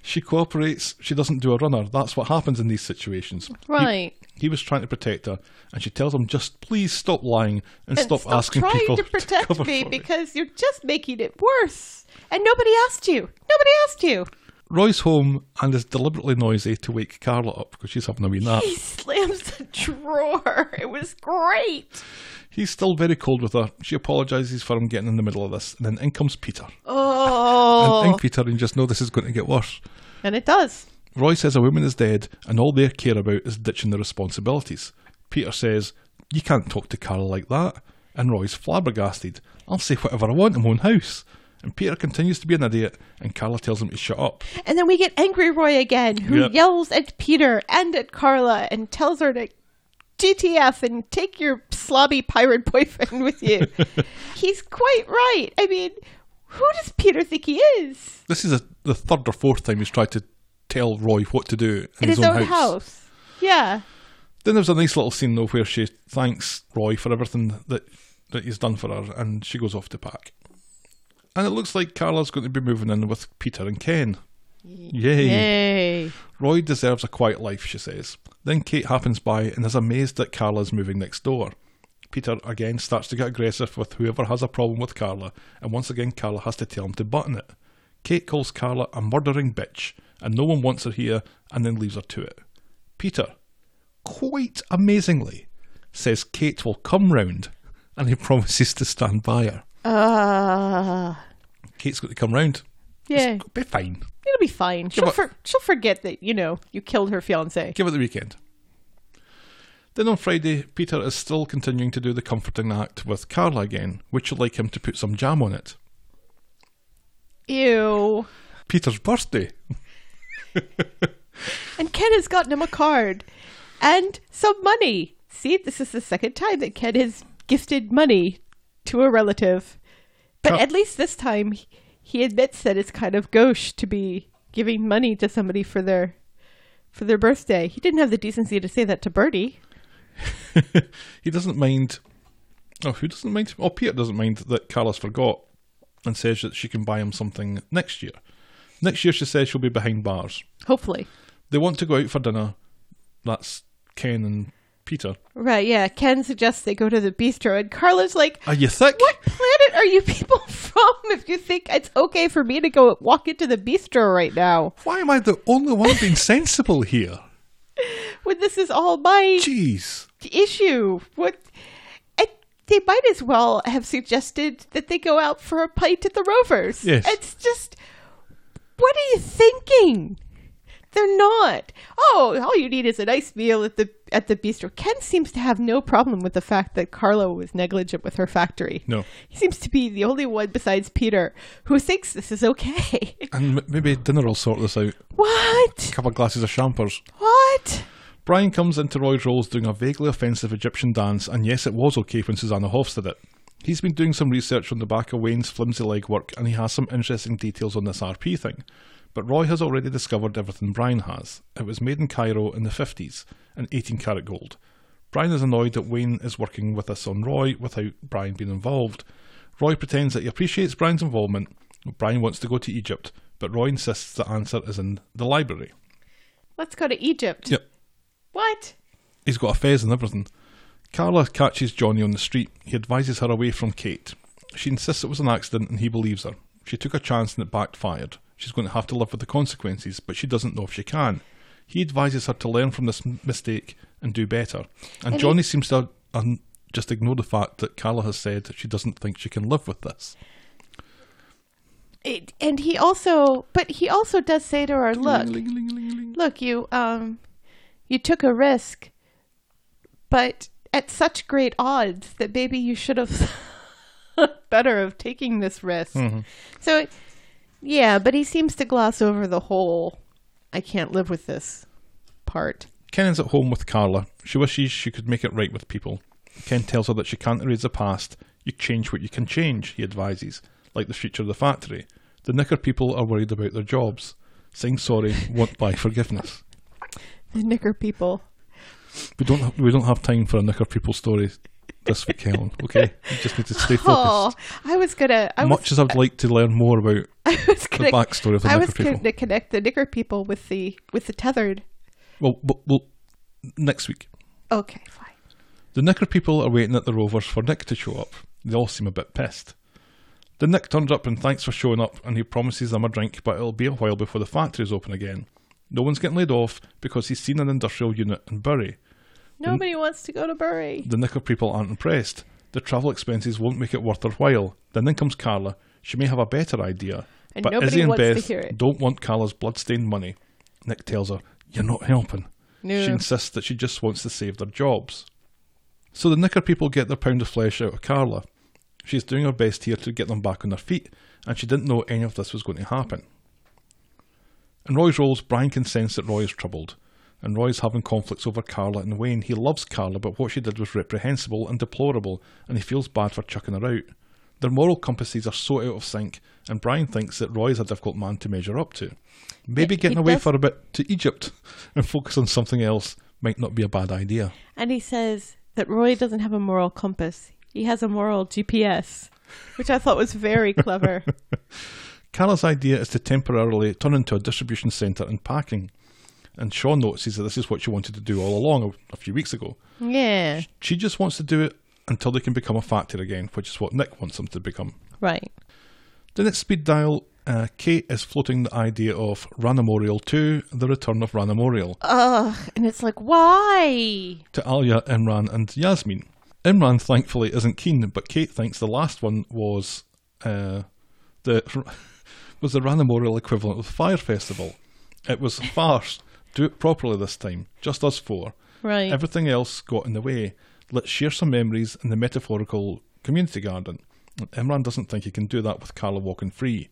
she cooperates, she doesn't do a runner. That's what happens in these situations. He- Right. He, was trying to protect her, and she tells him just please stop lying and, stop, asking trying people *laughs* to protect cover me for because you're just making it worse. And nobody asked you. Nobody asked you. Roy's home and is deliberately noisy to wake Carla up because she's having a wee nap. He slams the drawer. *laughs* It was great. He's still very cold with her. She apologises for him getting in the middle of this, and then in comes Peter. Oh. And in Peter, and you just know this is going to get worse. and it does. Roy says a woman is dead, and all they care about is ditching their responsibilities. Peter says, You can't talk to Carla like that. And Roy's flabbergasted. I'll say whatever I want in my own house. And Peter continues to be an idiot, and Carla tells him to shut up. And then we get Angry Roy again, who Yeah. yells at Peter and at Carla and tells her to GTF and take your slobby pirate boyfriend with you. *laughs* He's quite right. I mean, who does Peter think he is? This is a, the third or fourth time he's tried to tell Roy what to do in In his, own, house. Yeah. Then there's a nice little scene though where she thanks Roy for everything that that he's done for her, and she goes off to pack. And it looks like Carla's going to be moving in with Peter and Ken. Yay! Yay. Roy deserves a quiet life, she says. Then Kate happens by and is amazed that Carla's moving next door. Peter again starts to get aggressive with whoever has a problem with Carla, and once again Carla has to tell him to button it. Kate calls Carla a murdering bitch, and no one wants her here, and then leaves her to it. Peter, quite amazingly, says Kate will come round, and he *laughs* promises to stand by her. Uh, Kate's going to come round. yeah. It'll be fine. It'll be fine. She'll, but- for, she'll forget that, you know, you killed her fiance. Give it the weekend. Then on Friday, Peter is still continuing to do the comforting act with Carla again. Would you like him to put some jam on it? Ew. Peter's birthday. *laughs* And Ken has gotten him a card and some money. See, this is the second time that Ken has gifted money to a relative. But Car- at least this time, he- he admits that it's kind of gauche to be giving money to somebody for their for their birthday. He didn't have the decency to say that to Bertie. He doesn't mind. Oh, who doesn't mind? Oh, Peter doesn't mind that Carla's forgot and says that she can buy him something next year. Next year, she says she'll be behind bars. Hopefully, They want to go out for dinner. That's Ken and Peter. right? Yeah. Ken suggests they go to the bistro, and Carla's like, Are you thick? What planet are you people *laughs* from if you think it's okay for me to go walk into the bistro right now Why am I the only one being *laughs* sensible here? when this is all my Jeez. issue? What? And they might as well have suggested that they go out for a pint at the Rovers. Yes. It's just, what are you thinking? They're not. Oh, all you need is a nice meal at the at the bistro. Ken seems to have no problem with the fact that Carlo was negligent with her factory. No. He seems to be the only one besides Peter who thinks this is okay. *laughs* And m- maybe dinner will sort this out. what? couple of glasses of champers. What? Brian comes into Roy's roles doing a vaguely offensive Egyptian dance, and yes, it was okay when Susanna Hoffs did it. He's been doing some research on the back of Wayne's flimsy legwork, and he has some interesting details on this RP thing. But Roy has already discovered everything Brian has. It was made in Cairo in the 50s, in 18 karat gold. Brian is annoyed that Wayne is working with us on Roy without Brian being involved. Roy pretends that he appreciates Brian's involvement. Brian wants to go to Egypt, but Roy insists the answer is in the library. Let's go to Egypt. Yep. What? He's got a fez and everything. Carla catches Johnny on the street. He advises her away from Kate. She insists it was an accident and he believes her. She took a chance and it backfired. She's going to have to live with the consequences, but she doesn't know if she can. He advises her to learn from this m- mistake and do better. And, And Johnny seems to un- just ignore the fact that Carla has said that she doesn't think she can live with this. It, and he also, but he also does say to her, "Look, look, you, um, you took a risk, but at such great odds that maybe you should have *laughs* thought better of taking this risk." Mm-hmm. So, yeah, but he seems to gloss over the whole "I can't live with this" part. Ken is at home with Carla. She wishes she could make it right with people. Ken tells her that she can't erase the past. You change what you can change, he advises. like the future of the factory. The knicker people are worried about their jobs. Saying sorry won't buy forgiveness. The knicker people. We don't have, we don't have time for a knicker people story this week, Helen. Okay, we just need to *laughs* stay Oh, focused. I was gonna. I Much as was, I would like to learn more about *laughs* I was gonna, backstory of the I knicker was people. gonna connect the knicker people with the with the tethered. Well, well, well, next week. Okay, fine. The Knicker people are waiting at the Rovers for Nick to show up. They all seem a bit pissed. The Nick turns up and thanks for showing up, and he promises them a drink, but it'll be a while before the factory's open again. No one's getting laid off because he's seen an industrial unit in Bury. Nobody wants to go to Bury. The Knicker people aren't impressed. The travel expenses won't make it worth their while. Then in comes Carla. She may have a better idea, And but nobody Izzy and wants to Beth hear it. don't want Carla's bloodstained money. Nick tells her, "You're not helping." No. She insists that she just wants to save their jobs. So the Knicker people get their pound of flesh out of Carla. She's doing her best here to get them back on their feet, and she didn't know any of this was going to happen. In Roy's roles, Brian can sense that Roy is troubled, and Roy's having conflicts over Carla and Wayne. He loves Carla, but what she did was reprehensible and deplorable, and he feels bad for chucking her out. Their moral compasses are so out of sync, and Brian thinks that Roy is a difficult man to measure up to. Maybe He- getting he away does- for a bit to Egypt *laughs* and focus on something else might not be a bad idea. And he says that Roy doesn't have a moral compass. He has a moral GPS, which I thought was *laughs* very clever. Carla's idea is to temporarily turn into a distribution centre and packing. And Shaw notices that this is what she wanted to do all along a, a few weeks ago. yeah, She just wants to do it until they can become a factor again, which is what Nick wants them to become. right. The next speed dial, uh, Kate is floating the idea of Ranamorial 2, the return of Ranamorial, And it's like, why? to Alia, Imran, and Yasmin. Imran thankfully isn't keen, but Kate thinks the last one was uh, the *laughs* was the Ranamorial equivalent of the Fire Festival. It was *laughs* a farce. Do it properly this time. Just us four. Right. Everything else got in the way. Let's share some memories in the metaphorical community garden. And Imran doesn't think he can do that with Carla walking free.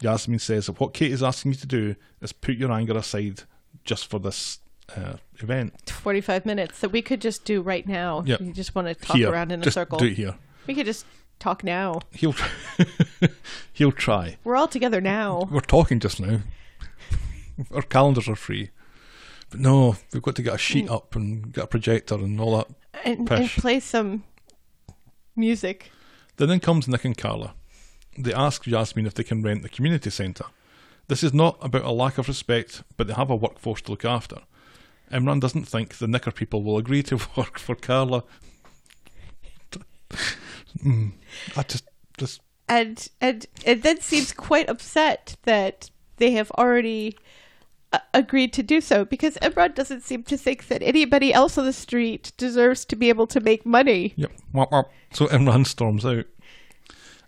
Yasmin says that what Kate is asking you to do is put your anger aside just for this uh, event. 45 minutes that we could just do right now. Yeah. You just want to talk Here. around in a Just circle. Do it here. We could just talk now. He'll *laughs* he'll try. We're all together now. We're talking just now. *laughs* Our calendars are free, but no, we've got to get a sheet up and get a projector and all that. And, and Pish. play some music. Then in comes Nick and Carla. They ask Yasmin if they can rent the community centre. This is not about a lack of respect, but they have a workforce to look after. Imran doesn't think the Knicker people will agree to *laughs* work for Carla. *laughs* Mm, I just, just And, and and then seems quite upset that they have already uh, agreed to do so because Imran doesn't seem to think that anybody else on the street deserves to be able to make money. Yep. Wop, wop. So *laughs* Imran storms out.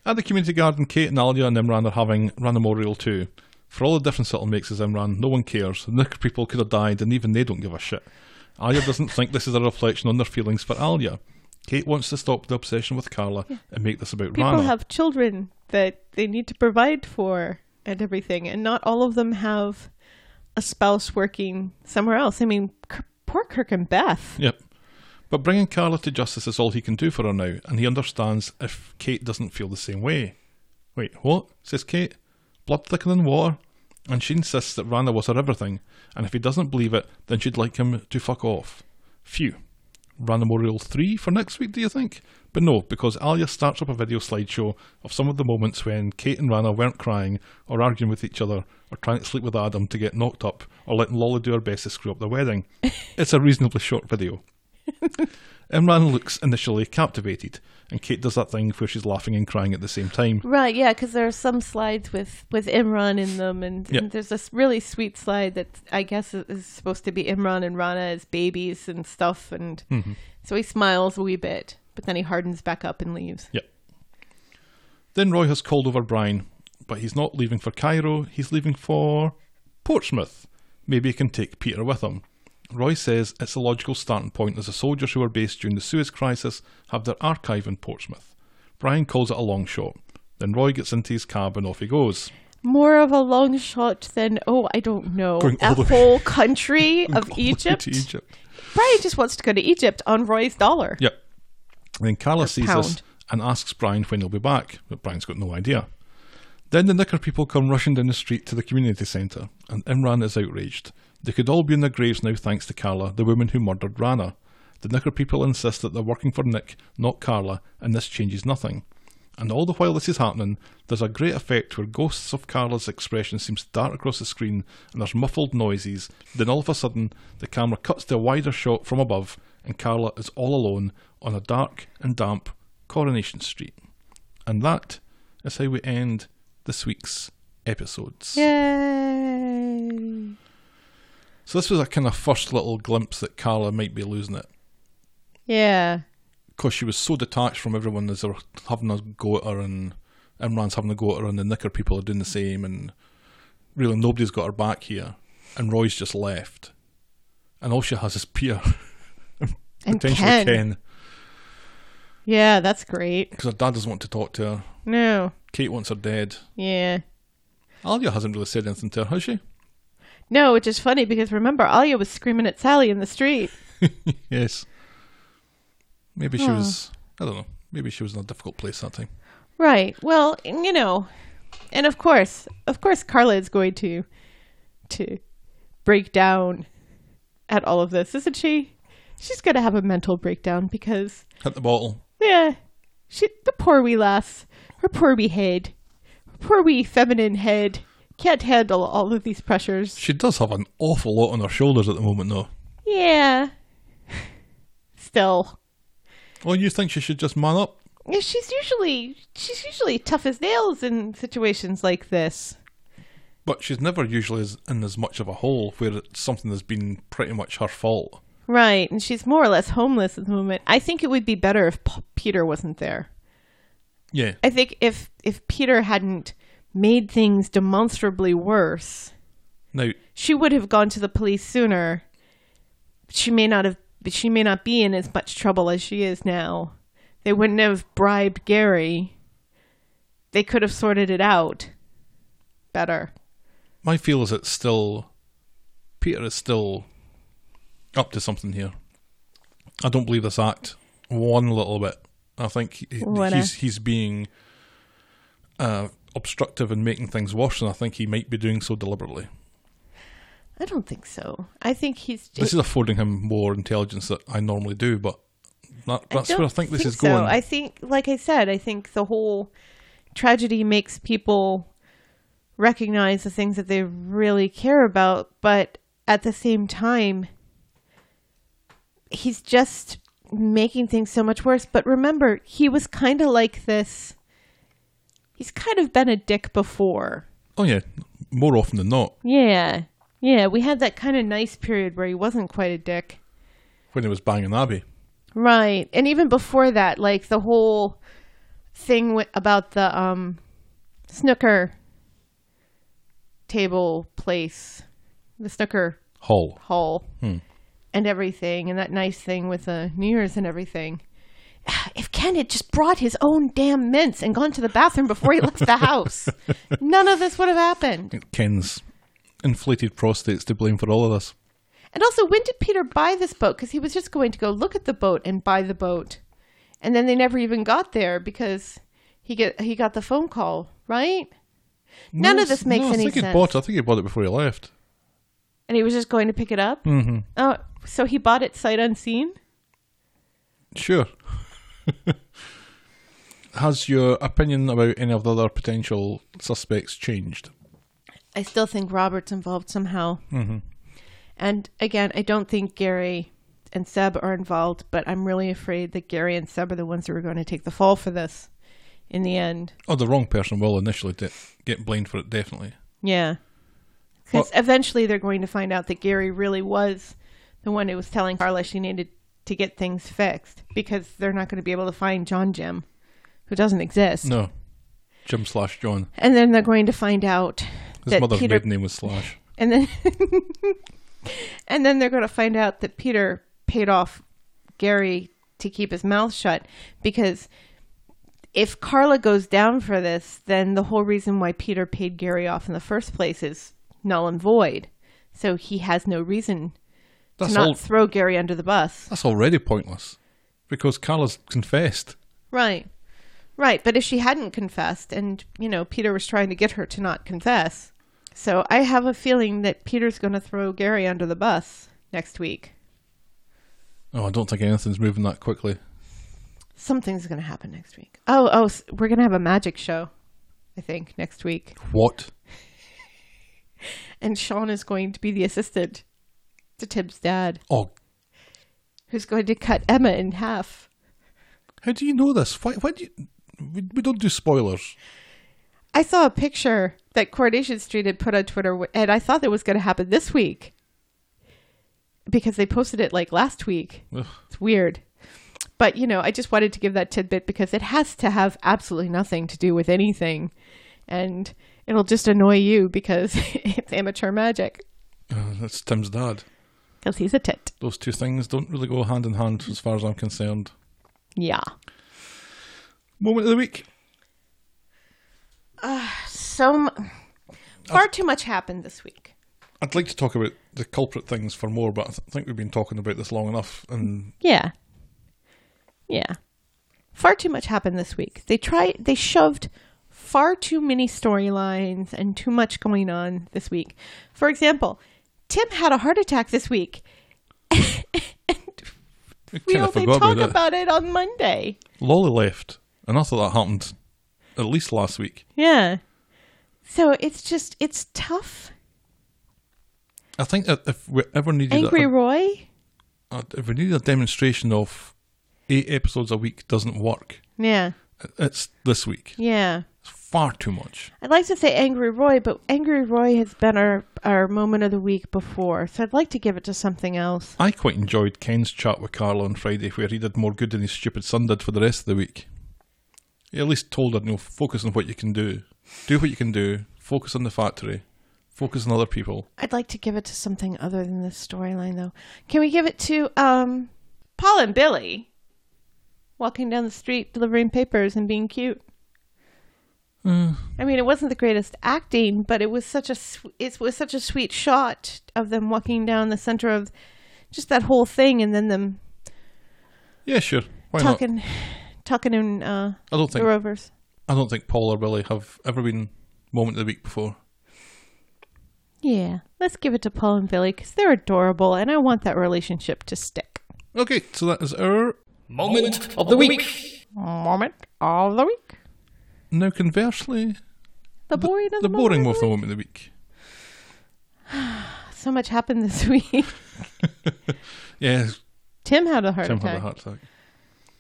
At the community garden, Kate and Alia and Imran are having Ranamorial too. For all the difference it'll make, says Imran, no one cares. The Nick people could have died, and even they don't give a shit. Alia doesn't think this is a reflection on their feelings for Alia. Kate wants to stop the obsession with Carla and make this about People Rana. have children that they need to provide for and everything, and not all of them have a spouse working somewhere else. I mean, K- poor Kirk and Beth. Yep. But bringing Carla to justice is all he can do for her now, and he understands if Kate doesn't feel the same way. Wait, what? says Kate. Blood thicker than water? And she insists that Rana was her everything, and if he doesn't believe it, then she'd like him to fuck off. Phew. Rana Memorial 3 for next week, do you think? But no, because Alia starts up a video slideshow of some of the moments when Kate and Rana weren't crying or arguing with each other or trying to sleep with Adam to get knocked up or letting Lola do her best to screw up their wedding. it's a reasonably short video. Imran looks initially captivated, and Kate does that thing where she's laughing and crying at the same time. Right, yeah, because there are some slides with with Imran in them, and, Yeah. and there's this really sweet slide that I guess is, is supposed to be Imran and Rana as babies and stuff, and Mm-hmm. so he smiles a wee bit, but then he hardens back up and leaves. Yep. Then Roy has called over Brian, but he's not leaving for Cairo, he's leaving for Portsmouth. Maybe he can take Peter with him. Roy says it's a logical starting point as the soldiers who were based during the Suez Crisis have their archive in Portsmouth. Brian calls it a long shot. Then Roy gets into his cab and off he goes. More of a long shot than oh, I don't know, Going all a the way- *laughs* whole country of All the way Egypt. To Egypt. Brian just wants to go to Egypt on Roy's dollar. Yep. And then Carla sees this pound. and asks Brian when he'll be back, but Brian's got no idea. Then the knicker people come rushing down the street to the community centre, and Imran is outraged. They could all be in their graves now thanks to Carla, the woman who murdered Rana. The knicker people insist that they're working for Nick, not Carla, and this changes nothing. And all the while this is happening, there's a great effect where ghosts of Carla's expression seems to dart across the screen and there's muffled noises. Then all of a sudden, the camera cuts to a wider shot from above, and Carla is all alone on a dark and damp Coronation Street. And that is how we end this week's episodes. Yay! So this was a kind of first little glimpse that Carla might be losing it. Yeah. because she was so detached from everyone as they were having a go at her and Imran's having a go at her and the knicker people are doing the same and really nobody's got her back here and Roy's just left and all she has is *laughs* Pierre And potentially Ken. Ken Yeah, that's great. because her dad doesn't want to talk to her No. Kate wants her dead Yeah. Alia hasn't really said anything to her has she? No, which is funny because remember, Alia was screaming at Sally in the street. yes maybe she was I don't know maybe she was in a difficult place that time Right. Well, and, you know, and of course, of course, Carla is going to to break down at all of this, isn't she? She's going to have a mental breakdown because, hit the bottle yeah, she the poor wee lass, her poor wee head, her poor wee feminine head can't handle all of these pressures. she does have an awful lot on her shoulders at the moment though Yeah. *sighs* Still, oh you think she should just man up Yeah, she's usually she's usually tough as nails in situations like this. But she's never usually as, in as much of a hole where it's something that's been pretty much her fault. Right, and she's more or less homeless at the moment. I think it would be better if P- Peter wasn't there. Yeah. I think if if Peter hadn't made things demonstrably worse, Now, she would have gone to the police sooner. She may not have she may not be in as much trouble as she is now. They wouldn't have bribed Gary. They could have sorted it out better. my feel is it's still. Peter is still up to something here. I don't believe this act one little bit. I think he, What he's, he's being uh, obstructive and making things worse, and I think he might be doing so deliberately. I don't think so. I think he's This is affording him more intelligence that I normally do, but that, that's where I don't think this is going. So. I think, like I said, I think the whole tragedy makes people recognize the things that they really care about, but at the same time, he's just making things so much worse. But remember, he was kind of like this. He's kind of been a dick before. oh, yeah. More often than not, Yeah. Yeah, we had that kind of nice period where he wasn't quite a dick. when he was banging Abby. Right. And even before that, like the whole thing wi- about the um snooker table place, the snooker Hall. hall and everything and that nice thing with the New Year's and everything. *sighs* If Ken had just brought his own damn mints and gone to the bathroom before he left the house, none of this would have happened. Ken's inflated prostate's to blame for all of this. And also, when did Peter buy this boat? Because he was just going to go look at the boat and buy the boat, and then they never even got there because he get he got the phone call. Right? None of this makes no, I any think sense. He bought, I think he bought it before he left. And he was just going to pick it up. Mm-hmm. Oh, so he bought it sight unseen. Sure. *laughs* Has your opinion about any of the other potential suspects changed? I still think Robert's involved somehow. Mm-hmm. And again, I don't think Gary and Seb are involved, but I'm really afraid that Gary and Seb are the ones who are going to take the fall for this in the end. Oh, the wrong person will initially de- get blamed for it, definitely. Yeah. Because eventually they're going to find out that Gary really was the one who was telling Carla she needed to get things fixed because they're not going to be able to find John Jim, who doesn't exist. No. Jim slash John. And then they're going to find out His that mother's Peter maiden name was Slash. and then *laughs* and then they're going to find out that Peter paid off Gary to keep his mouth shut because if Carla goes down for this, then the whole reason why Peter paid Gary off in the first place is null and void. So he has no reason That's to not all. throw Gary under the bus. That's already pointless because Carla's confessed. Right. Right, but if she hadn't confessed, and you know Peter was trying to get her to not confess, so I have a feeling that Peter's going to throw Gary under the bus next week. Oh, I don't think anything's moving that quickly. Something's going to happen next week. Oh, oh, s- we're going to have a magic show, I think, next week, What? and Sean is going to be the assistant to Tim's dad, Oh, who's going to cut Emma in half. how do you know this? Why? Why do you? We, we don't do spoilers. I saw a picture that Coronation Street had put on Twitter, and I thought that was going to happen this week because they posted it like last week. Ugh. It's weird. But, you know, I just wanted to give that tidbit because it has to have absolutely nothing to do with anything. And it'll just annoy you because *laughs* it's amateur magic. Uh, that's Tim's dad. Because he's a tit. Those two things don't really go hand in hand, as far as I'm concerned. Yeah. Moment of the week. So m- far too much happened this week. I'd like to talk about the culprit things for more, but I th- think we've been talking about this long enough. And Yeah. Yeah. Far too much happened this week. They tried they shoved far too many storylines and too much going on this week. For example, Tim had a heart attack this week. I We kind of only forgot talk about, about, it. it on Monday. Lolly left, and I thought that happened at least last week. Yeah. So it's just it's tough. I think that if we ever needed Angry a, Roy? a, if we needed a demonstration of eight episodes a week doesn't work, Yeah. it's this week. Yeah. It's far too much. I'd like to say Angry Roy, but Angry Roy has been our, our moment of the week before, so I'd like to give it to something else. I quite enjoyed Ken's chat with Carla on Friday, where he did more good than his stupid son did for the rest of the week. He at least told her, you know, focus on what you can do. Do what you can do. Focus on the factory. Focus on other people. I'd like to give it to something other than this storyline, though. Can we give it to um, Paul and Billy walking down the street delivering papers and being cute? Mm. I mean, it wasn't the greatest acting, but it was such a sw- it was such a sweet shot of them walking down the center of just that whole thing, and then them Yeah, sure. Why not? talking, talking in uh, I don't the think rovers. I don't think Paul or Billy have ever been moment of the week before. Yeah, let's give it to Paul and Billy because they're adorable, and I want that relationship to stick. Okay, so that is our Moment of the week. Moment of the week. now conversely The boring of the boring moment. was the moment of the week. So much happened this *laughs* week. Yeah, Tim had a heart Tim attack. had a heart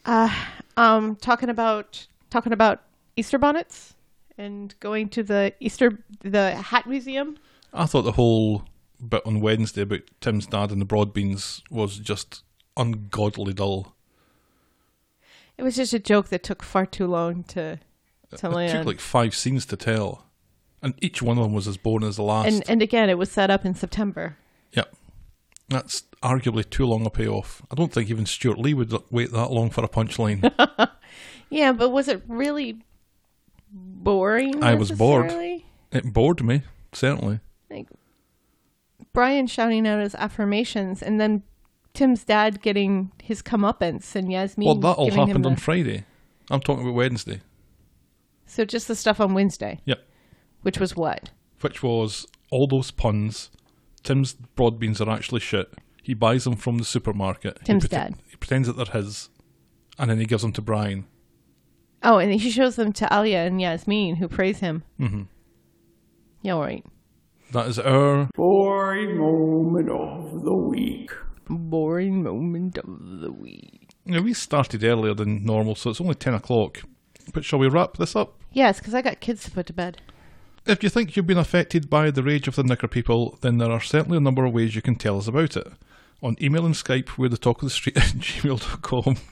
attack. Um, talking about talking about Easter bonnets and going to the Easter the hat museum. I thought the whole bit on Wednesday about Tim's dad and the broad beans was just ungodly dull. It was just a joke that took far too long to to It land. took like five scenes to tell, and each one of them was as boring as the last. and uh, and again, it was set up in September. yep, that's arguably too long a payoff. I don't think even Stuart Lee would wait that long for a *laughs* punchline. Yeah, but was it really boring? I was bored. necessarily? it bored me certainly. like Brian shouting out his affirmations and then Tim's dad getting his comeuppance and Yasmin. well, that all giving him happened on the- Friday. I'm talking about Wednesday. So just the stuff on Wednesday, Yep, which was what? which was all those puns. Tim's broad beans are actually shit. He buys them from the supermarket. He Tim's prete- dad. He pretends that they're his, and then he gives them to Brian. Oh, and he shows them to Alia and Yasmin, who praise him. Mm-hmm. Yeah, all right. That is our boring moment of the week. Boring moment of the week. Now, we started earlier than normal, so it's only 10 o'clock. But shall we wrap this up? Yes, because I got kids to put to bed. If you think you've been affected by the rage of the knicker people, then there are certainly a number of ways you can tell us about it. On email and Skype, we're the talk of the street *laughs* at gmail.com. *laughs*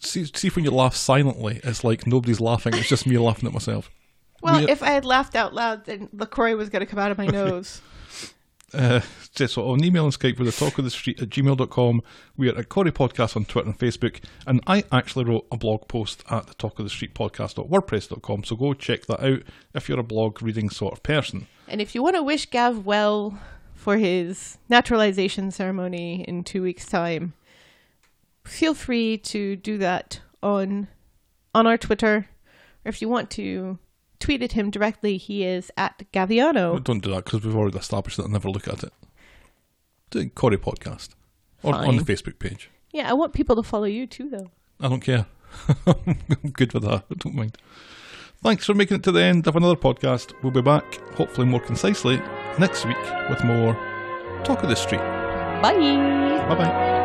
see, see if when you laugh silently, it's like nobody's laughing, it's just me laughing at myself. Well, We- if I had laughed out loud, then LaCroix was going to come out *laughs* of my nose. Uh, so on email and Skype, we're the talk of the street at gmail.com. We are at Corey Podcast on Twitter and Facebook. And I actually wrote a blog post at the talk of the street podcast.wordpress.com. So go check that out if you're a blog reading sort of person. And if you want to wish Gav well for his naturalization ceremony in two weeks' time, feel free to do that on on our Twitter, or if you want to tweet at him directly, he is at Gaviano. Don't do that because we've already established that I never look at it. Do it, Corey podcast or on the Fine. Facebook page. Yeah, I want people to follow you too, though. I don't care. *laughs* I'm good with that. I don't mind. Thanks for making it to the end of another podcast. We'll be back, hopefully more concisely, next week with more Talk of the Street. Bye. Bye bye.